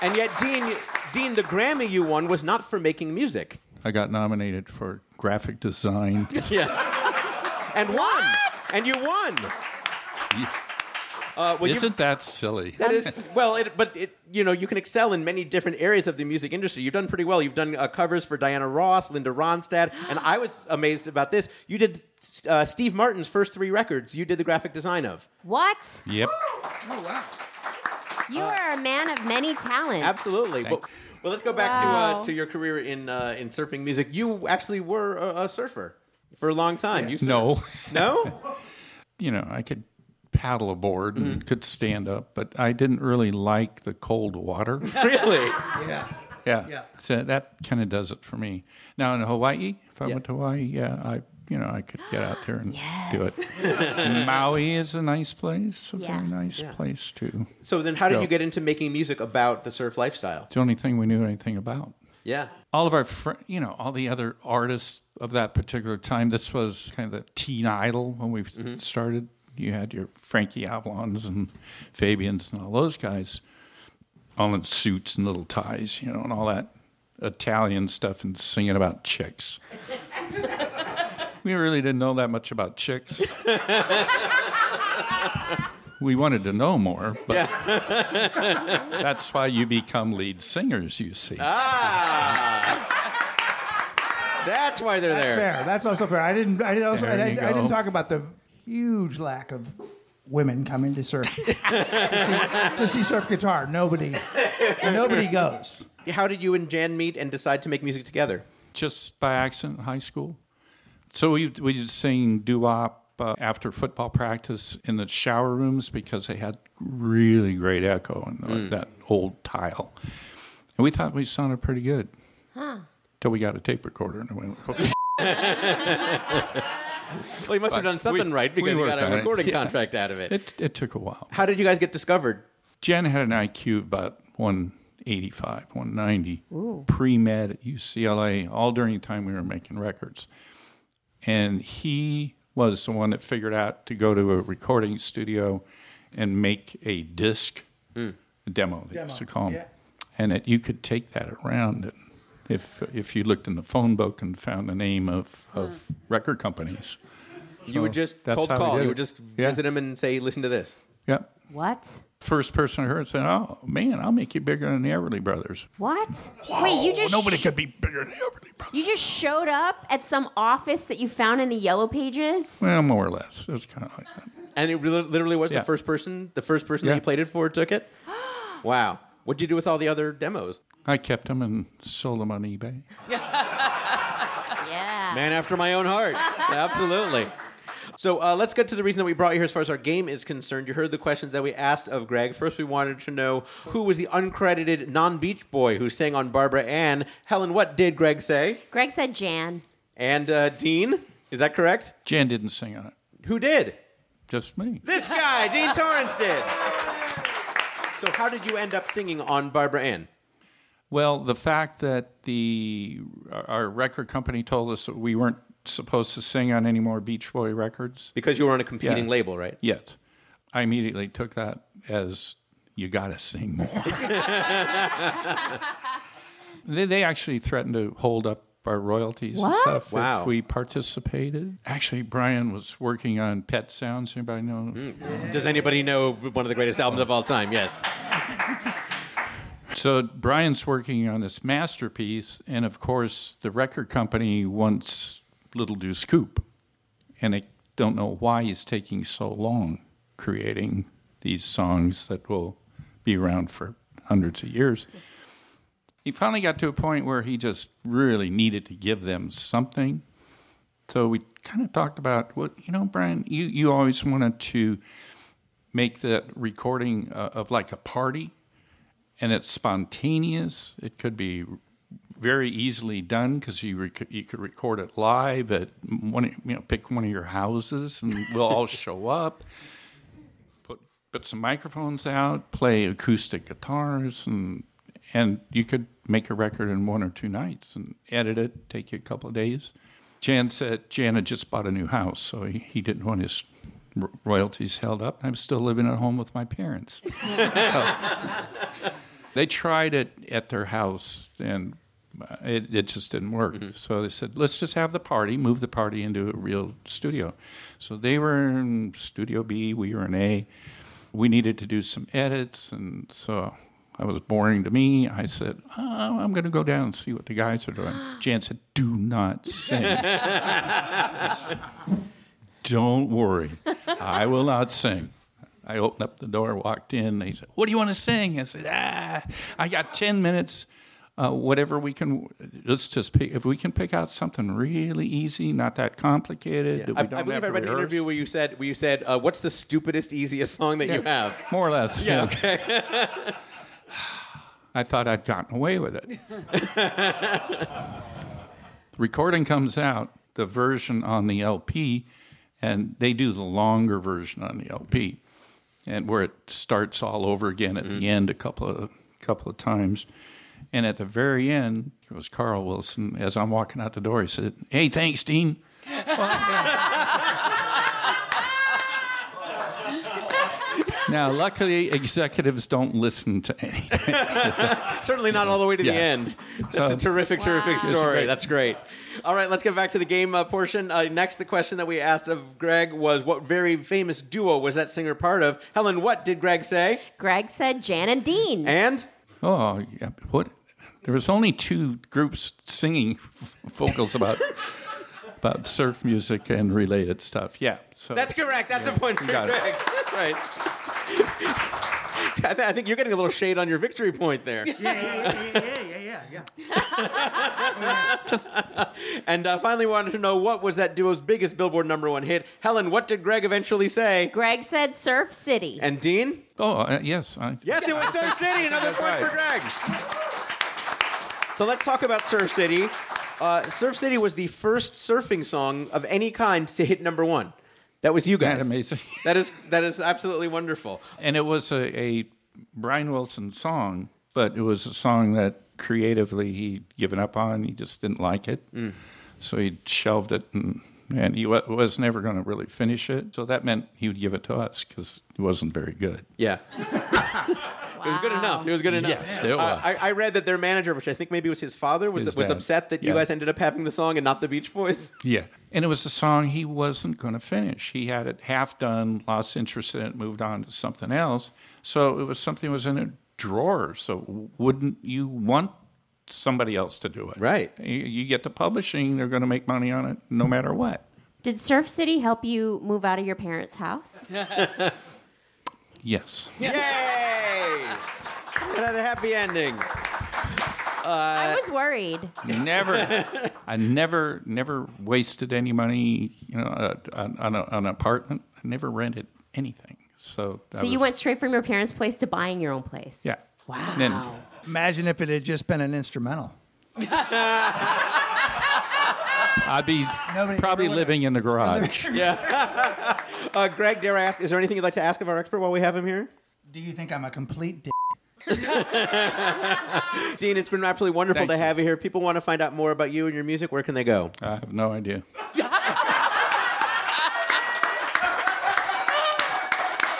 S2: And yet, Dean, Dean, the Grammy you won was not for making music.
S11: I got nominated for
S2: (laughs)
S11: graphic design.
S2: Yes. And won. And you won. Uh, well, you-
S11: Isn't that silly?
S2: that is well, it, but it, you know you can excel in many different areas of the music industry. You've done pretty well. You've done uh, covers for Diana Ross, Linda Ronstadt, and I was amazed about this. You did uh, Steve Martin's first three records. You did the graphic design of.
S1: What?
S11: (laughs) Yep.
S1: You are a man of many talents.
S2: Absolutely. Well, well, let's go back to
S1: Wow.
S2: uh, to your career in uh, in surfing music. You actually were a, a surfer for a long time. You surfed.
S11: No.
S2: no.
S11: you know, I could paddle a board and could stand up, but I didn't really like the cold water.
S2: really?
S11: yeah. So that kind of does it for me. Now in Hawaii, if I went to Hawaii, yeah, I you know, I could get out there and do it. Maui is a nice place, a
S1: Yeah.
S11: very nice place too.
S2: So then, how did
S11: No.
S2: you get into making music about the surf lifestyle?
S11: It's the only thing we knew anything about.
S2: Yeah.
S11: all of our fr- you know all the other artists of that particular time this was kind of the teen idol when we started you had your frankie avalons and fabians and all those guys all in suits and little ties you know and all that italian stuff and singing about chicks we really didn't know that much about chicks we wanted to know more but that's why you become lead singers you see
S2: Ah. (laughs) That's why they're there.
S4: Fair. That's also fair. I didn't. I didn't. Also, I,
S11: There you
S4: I didn't
S11: go.
S4: talk about the huge lack of women coming to surf (laughs) to, see, to see surf guitar. Nobody. Nobody goes.
S2: How did you and Jan meet and decide to make music together?
S11: just by accident in high school. So we we would sing doo wop uh, after football practice in the shower rooms because they had really great echo and uh, that old tile, and we thought we sounded pretty good. Till we got a tape recorder and we went, (laughs) "Oh,
S2: Well, you must have done something
S11: we-
S2: right
S11: we
S2: because you got
S11: worked
S2: a
S11: on it.
S2: recording
S11: Yeah.
S2: contract out of it.
S11: it it took a while.
S2: How did you guys get discovered?
S11: Jen had an IQ of about one 85, 190, pre med at UCLA, all during the time we were making records. And he was the one that figured out to go to a recording studio and make a disc demo, they used to call 'em.
S4: yeah.
S11: And that you could take that around. And if, if you looked in the phone book and found the name of, of record companies,
S2: You would
S11: So
S2: just
S11: Oh, that's
S2: cold
S11: how we
S2: call.
S11: did
S2: You
S11: it.
S2: would just
S11: Yeah.
S2: visit him and say, "Listen to this."
S11: yeah.
S1: What?
S11: First person I heard said, "Oh man, I'll make you bigger than the Everly Brothers."
S1: What? Wait, you just
S11: nobody
S1: sh-
S11: could be bigger than
S1: you just showed up at some office that you found in the yellow
S11: (laughs)
S1: pages?
S11: well, more or less. It was kind of like that.
S2: And it really- literally was
S11: Yeah.
S2: the first person. The first person that
S11: Yeah.
S2: you played it for took (gasps) it. wow. What'd you do with all the other demos?
S11: I kept them and sold them on eBay.
S2: Man after my own heart. (laughs) Absolutely. So uh, let's get to the reason that we brought you here as far as our game is concerned. You heard the questions that we asked of Greg. First, we wanted to know who was the uncredited non Beach Boy who sang on Barbara Ann. Helen, what did Greg say?
S1: Greg said Jan.
S2: And uh, Dean, is that correct?
S11: Jan didn't sing on it.
S2: Who did?
S11: Just me.
S2: This guy, Dean Torrance, did. So, how did you end up singing on Barbara Ann?
S11: Well, the fact that the our record company told us that we weren't supposed to sing on any more Beach Boy records
S2: Because you were on a competing
S11: Yeah.
S2: label, right?
S11: yet, I immediately took that as you got to sing more. (laughs) they, they actually threatened to hold up our royalties and
S12: What?
S11: stuff
S12: Wow.
S11: if we participated. Actually, Brian was working on Pet Sounds. Anybody know?
S2: Does anybody know one of the greatest albums of all time? Yes.
S11: So Brian's working on this masterpiece, and of course, the record company wants Little Deuce Coupe, and they don't know why he's taking so long creating these songs that will be around for hundreds of years. He finally got to a point where he just really needed to give them something. So we kind of talked about, well, you know, Brian, you, you always wanted to make that recording uh, of like a party and it's spontaneous. It could be very easily done because you rec- you could record it live at one of- you know pick one of your houses and we'll all show up. Put put some microphones out, play acoustic guitars, and and you could make a record in one or two nights and edit it. Take you a couple of days. Jan said Jan had just bought a new house, so he, he didn't want his ro- royalties held up. I'm still living at home with my parents. They tried it at their house and uh, it, it just didn't work. So they said, let's just have the party, move the party into a real studio. So they were in Studio B, we were in A. We needed to do some edits. And so I was boring to me. I said, oh, I'm going to go down and see what the guys are doing. Jan said, do not sing. Don't worry, I will not sing. I opened up the door, walked in. They said, "What do you want to sing?" I said, "Ah, I got ten minutes. Uh, whatever we can, let's just pick. If we can pick out something really easy, not that complicated. that we
S2: I,
S11: don't
S2: I believe
S11: have
S2: I
S11: to
S2: read an
S11: rehearse."
S2: interview where you said, where you said, uh, "What's the stupidest, easiest song that you
S11: Yeah,
S2: have?"
S11: more or less.
S2: Yeah.
S11: yeah.
S2: Okay.
S11: (laughs) I thought I'd gotten away with it. recording comes out, the version on the LP, and they do the longer version on the LP, and where it starts all over again at the end a couple of couple of times, and at the very end it was Carl Wilson. As I'm walking out the door, he said, "Hey, thanks, Dean." Now, luckily, executives don't listen to anything.
S2: Certainly not all the way to the
S11: Yeah.
S2: end. That's
S11: So-
S2: a terrific, terrific
S11: It's
S2: story.
S11: great.
S2: That's great. All right, let's get back to the game uh, portion. Uh, next, the question that we asked of Greg was, "What very famous duo was that singer part of?" Helen, what did Greg say?
S1: Greg said Jan and Dean.
S2: And
S11: Oh, yeah. what? There was only two groups singing (laughs) vocals
S2: (laughs)
S11: about about surf music and related stuff. Yeah. So
S2: that's correct. That's
S11: Yeah,
S2: a point for
S11: you got
S2: Greg.
S11: it.
S2: That's right. (laughs) I, th- I think you're getting a little shade on your victory point there. and uh, finally, wanted to know what was that duo's biggest Billboard number one hit? Helen, what did Greg eventually say?
S1: Greg said Surf City.
S2: And Dean?
S11: Oh, uh, yes. I,
S2: Yes, it was Surf (laughs) City. Another
S11: That's
S2: point
S11: right.
S2: for Greg. So let's talk about Surf City. Uh, surf City was the first surfing song of any kind to hit number one. That was you guys.
S11: That's
S2: (laughs)
S11: amazing.
S2: That is that is absolutely wonderful.
S11: And it was a, a Brian Wilson song but it was a song that creatively he'd given up on. He just didn't like it,
S2: Mm.
S11: so he shelved it, and, and he wa was never going to really finish it. So that meant he would give it to us because it wasn't very good.
S2: Yeah. It was good enough. It was good enough.
S11: Yes, it
S2: Uh,
S11: was.
S2: I, I read that their manager, which I think maybe was his father, was,
S11: His
S2: was
S11: dad.
S2: upset that you
S11: Yeah.
S2: guys ended up having the song and not the Beach Boys.
S11: Yeah. And it was a song he wasn't going to finish. He had it half done, lost interest in it, moved on to something else. So it was something that was in a drawer. So wouldn't you want somebody else to do it? Right. You, you get to publishing, they're going to make money on it no matter what.
S1: Did Surf City help you move out of your parents' house?
S2: Uh,
S11: Yes.
S2: (laughs) Yay! It had a happy ending.
S1: I was worried.
S11: Never. I never, never wasted any money, you know, uh, on, on, a, on an apartment. I never rented anything. So, I
S1: So you
S11: was-
S1: went straight from your parents' place to buying your own place.
S11: Yeah.
S1: Wow.
S11: Then-
S4: Imagine if it had just been an instrumental.
S11: I'd be
S4: Nobody-
S11: probably
S4: everyone-
S11: living in the garage.
S2: yeah. uh, Greg, dare I ask, is there anything you'd like to ask of our expert while we have him here?
S4: Do you think I'm a complete dick?
S2: Dean, it's been absolutely wonderful
S11: Thank
S2: to have you here. If people want to find out more about you and your music, where can they go?
S11: I have no idea.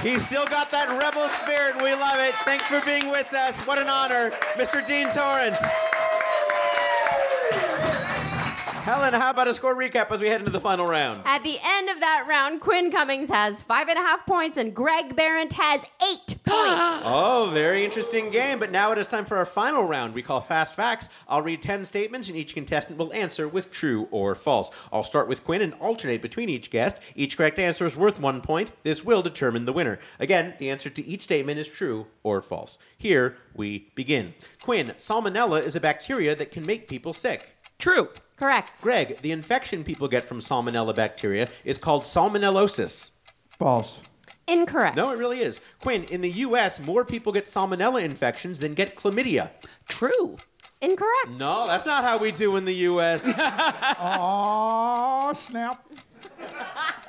S2: He's still got that rebel spirit. We love it. Thanks for being with us. What an honor, Mr. Dean Torrance. Helen, how about a score recap as we head into the final round?
S1: At the end of that round, Quinn Cummings has five and a half points and Greg Barrent has
S2: (gasps)
S1: eight points.
S2: Oh, very interesting game. But now it is time for our final round we call Fast Facts. I'll read 10 statements and each contestant will answer with true or false. I'll start with Quinn and alternate between each guest. Each correct answer is worth one point. This will determine the winner. Again, the answer to each statement is true or false. Here we begin. Quinn, salmonella is a bacteria that can make people sick.
S3: True.
S1: Correct.
S2: Greg, the infection people get from salmonella bacteria is called salmonellosis.
S4: False.
S1: Incorrect.
S2: No, it really is. Quinn, in the U.S., more people get salmonella infections than get chlamydia.
S3: True.
S1: Incorrect.
S2: No, that's not how we do in the
S4: (laughs)
S2: U.S.
S4: Oh, snap.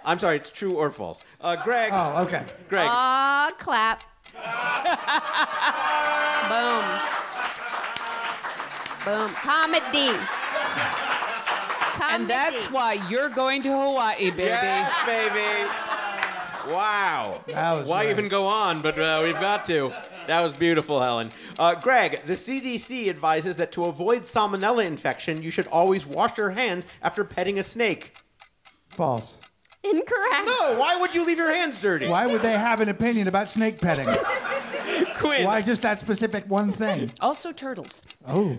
S2: I'm sorry, it's true or false. Uh, Greg.
S4: Oh, okay.
S2: Greg.
S1: Aw,
S2: (laughs)
S1: clap. Boom. Boom. Comedy.
S3: And that's why you're going to Hawaii, baby.
S2: Yes, baby. Wow.
S4: That was
S2: Why
S4: nice.
S2: even go on? But uh, we've got to. That was beautiful, Helen. Uh, Greg, the CDC advises that to avoid salmonella infection, you should always wash your hands after petting a snake.
S4: False.
S1: Incorrect.
S2: No, why would you leave your hands dirty?
S4: Why would they have an opinion about snake petting?
S2: Quinn,
S4: Why just that specific one thing?
S3: Also turtles.
S4: Oh,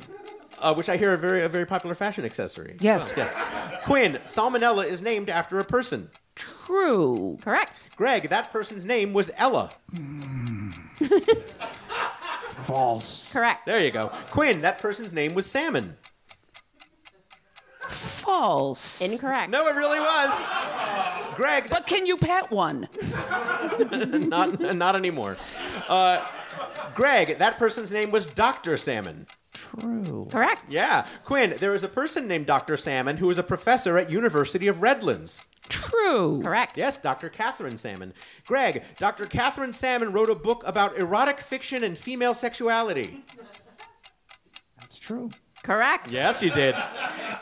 S2: uh, which I hear a very, a very popular fashion accessory. Oh,
S3: Yes.
S2: yes. Quinn, salmonella is named after a person.
S3: True.
S1: Correct.
S2: Greg, that person's name was Ella.
S4: false.
S1: Correct.
S2: There you go. Quinn, that person's name was Salmon.
S3: False.
S1: Incorrect.
S2: No, it really was. Greg,
S3: But can you pet one?
S2: (laughs) not not anymore. Uh, Greg, that person's name was Dr. Salmon.
S4: True.
S1: Correct.
S2: Yeah. Quinn, there is a person named Dr. Salmon who is a professor at University of Redlands.
S3: True.
S1: Correct.
S2: Yes, Dr. Catherine Salmon. Greg, Dr. Catherine Salmon wrote a book about erotic fiction and female sexuality.
S4: That's true.
S1: Correct.
S2: Yes, you did.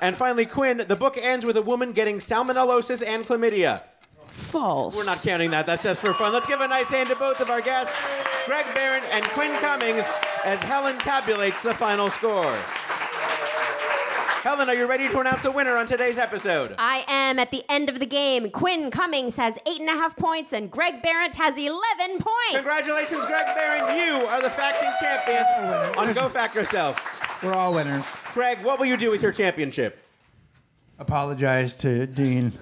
S2: And finally, Quinn, the book ends with a woman getting salmonellosis and chlamydia.
S3: False.
S2: We're not counting that. That's just for fun. Let's give a nice hand to both of our guests, Greg Barron and Quinn Cummings, as Helen tabulates the final score. Helen, are you ready to announce the winner on today's episode?
S1: I am at the end of the game. Quinn Cummings has eight and a half points, and Greg Barrett has 11 points.
S2: Congratulations, Greg Barron. You are the facting champion on Go Fact Yourself.
S4: We're all winners.
S2: Greg, what will you do with your championship?
S4: Apologize to Dean.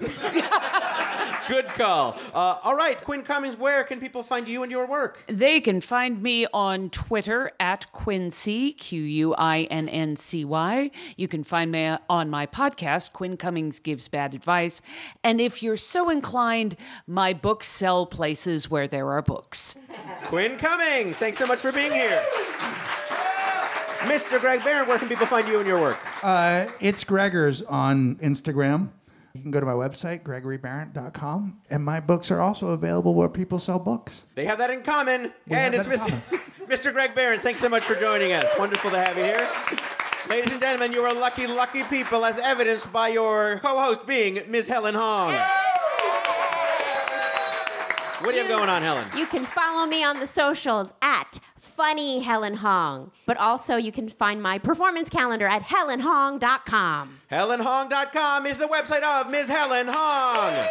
S2: Good call. Uh, all right, Quinn Cummings, where can people find you and your work?
S3: They can find me on Twitter at Quincy, Q U I N N C Y. You can find me on my podcast, Quinn Cummings Gives Bad Advice. And if you're so inclined, my books sell places where there are books.
S2: Quinn Cummings, thanks so much for being here. Mr. Greg Barron, where can people find you and your work?
S4: Uh, it's Gregor's on Instagram. You can go to my website, gregorybarrett.com, and my books are also available where people sell books.
S2: They have that in common.
S4: We
S2: and it's
S4: have that
S2: Mr. (laughs)
S4: in
S2: Mr. Greg Barron. Thanks so much for joining us. Wonderful to have you here. Ladies and gentlemen, you are lucky, lucky people, as evidenced by your co host being Ms. Helen Hong. What do you have going on, Helen?
S1: You can follow me on the socials at funny Helen Hong, but also you can find my performance calendar at helenhong.com.
S2: HelenHong.com is the website of Ms. Helen Hong.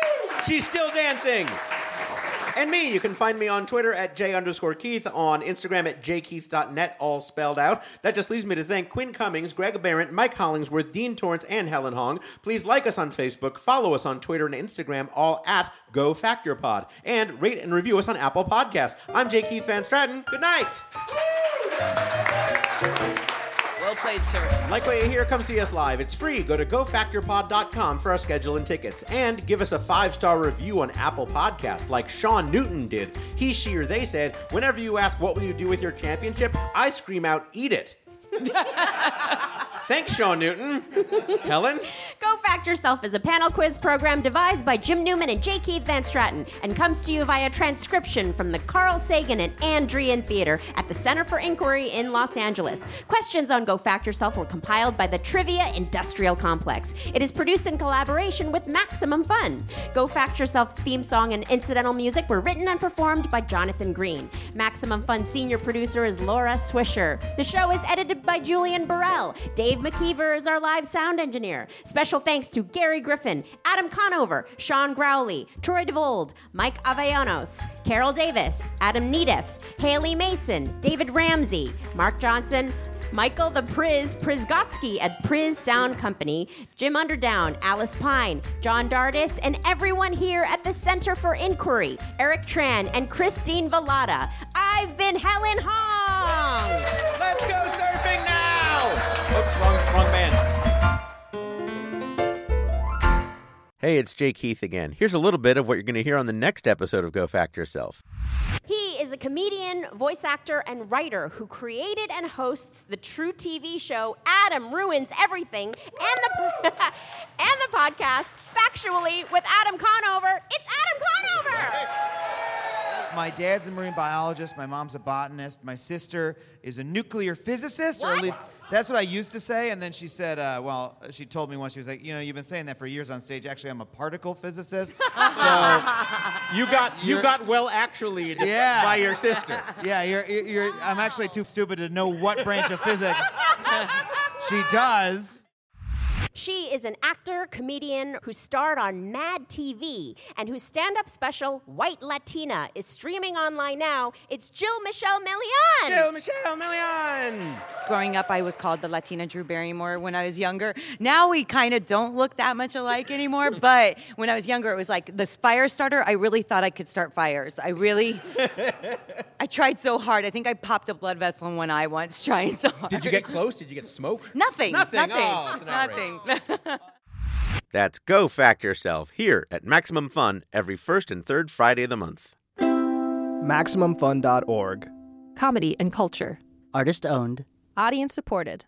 S2: She's still dancing. And me, you can find me on Twitter at J underscore Keith, on Instagram at jkeith.net, all spelled out. That just leaves me to thank Quinn Cummings, Greg Barrett, Mike Hollingsworth, Dean Torrance, and Helen Hong. Please like us on Facebook, follow us on Twitter and Instagram, all at GoFactorPod, and rate and review us on Apple Podcasts. I'm J. Keith Van Stratton. Good night.
S12: Well played, sir.
S2: Like what you hear, come see us live. It's free. Go to gofactorpod.com for our schedule and tickets. And give us a five star review on Apple Podcasts, like Sean Newton did. He, she, or they said, whenever you ask, what will you do with your championship? I scream out,
S13: (laughs)
S2: eat it. Thanks, Sean Newton. Helen?
S1: Go Fact Yourself is a panel quiz program devised by Jim Newman and J. Keith Van Stratton and comes to you via transcription from the Carl Sagan and Andrian Theater at the Center for Inquiry in Los Angeles. Questions on Go Fact Yourself were compiled by the Trivia Industrial Complex. It is produced in collaboration with Maximum Fun. Go Fact Yourself's theme song and incidental music were written and performed by Jonathan Green. Maximum Fun senior producer is Laura Swisher. The show is edited by Julian Burrell. Dave McKeever is our live sound engineer. Special thanks to Gary Griffin, Adam Conover, Sean Growley, Troy DeVold, Mike Avellanos, Carol Davis, Adam Nediff, Haley Mason, David Ramsey, Mark Johnson, Michael the Priz Prizgotsky at Priz Sound Company, Jim Underdown, Alice Pine, John Dardis, and everyone here at the Center for Inquiry, Eric Tran and Christine Vallada. I've been Helen Hong!
S2: Let's go surfing now! Oops, wrong, wrong man. Hey, it's Jay Keith again. Here's a little bit of what you're going to hear on the next episode of Go Fact Yourself.
S1: He is a comedian, voice actor, and writer who created and hosts the true TV show Adam Ruins Everything and the, (laughs) and the podcast Factually with Adam Conover. It's Adam Conover!
S13: My dad's a marine biologist. My mom's a botanist. My sister is a nuclear physicist, or at least that's what I used to say. And then she said, uh, well, she told me once, she was like, you know, you've been saying that for years on stage. Actually, I'm a particle
S2: (laughs)
S13: physicist. so
S2: You got you
S13: You're-
S2: got well actually
S13: yeah.
S2: by your sister.
S13: Yeah, you're, you're, you're, I'm actually too stupid to know what branch of physics she does.
S1: (laughs) She is an actor, comedian who starred on Mad TV and whose stand up special, White Latina, is streaming online now. It's Jill Michelle Millian.
S14: Jill
S2: Michelle Millian.
S14: Growing up, I was called the Latina Drew Barrymore when I was younger. Now we kind of don't look that much alike anymore, (laughs) but when I was younger, it was like this fire starter. I really thought I could start fires. I really, (laughs) I tried so hard. I think I popped a blood vessel in one eye once trying so hard.
S2: Did you get close? Did you get smoke?
S14: Nothing.
S2: Nothing.
S14: Nothing.
S2: Oh, it's an outrage.
S14: nothing.
S2: That's Go Fact Yourself here at Maximum Fun every first and third Friday of the month.
S15: MaximumFun.org.
S16: Comedy and culture.
S15: Artist owned.
S16: Audience supported.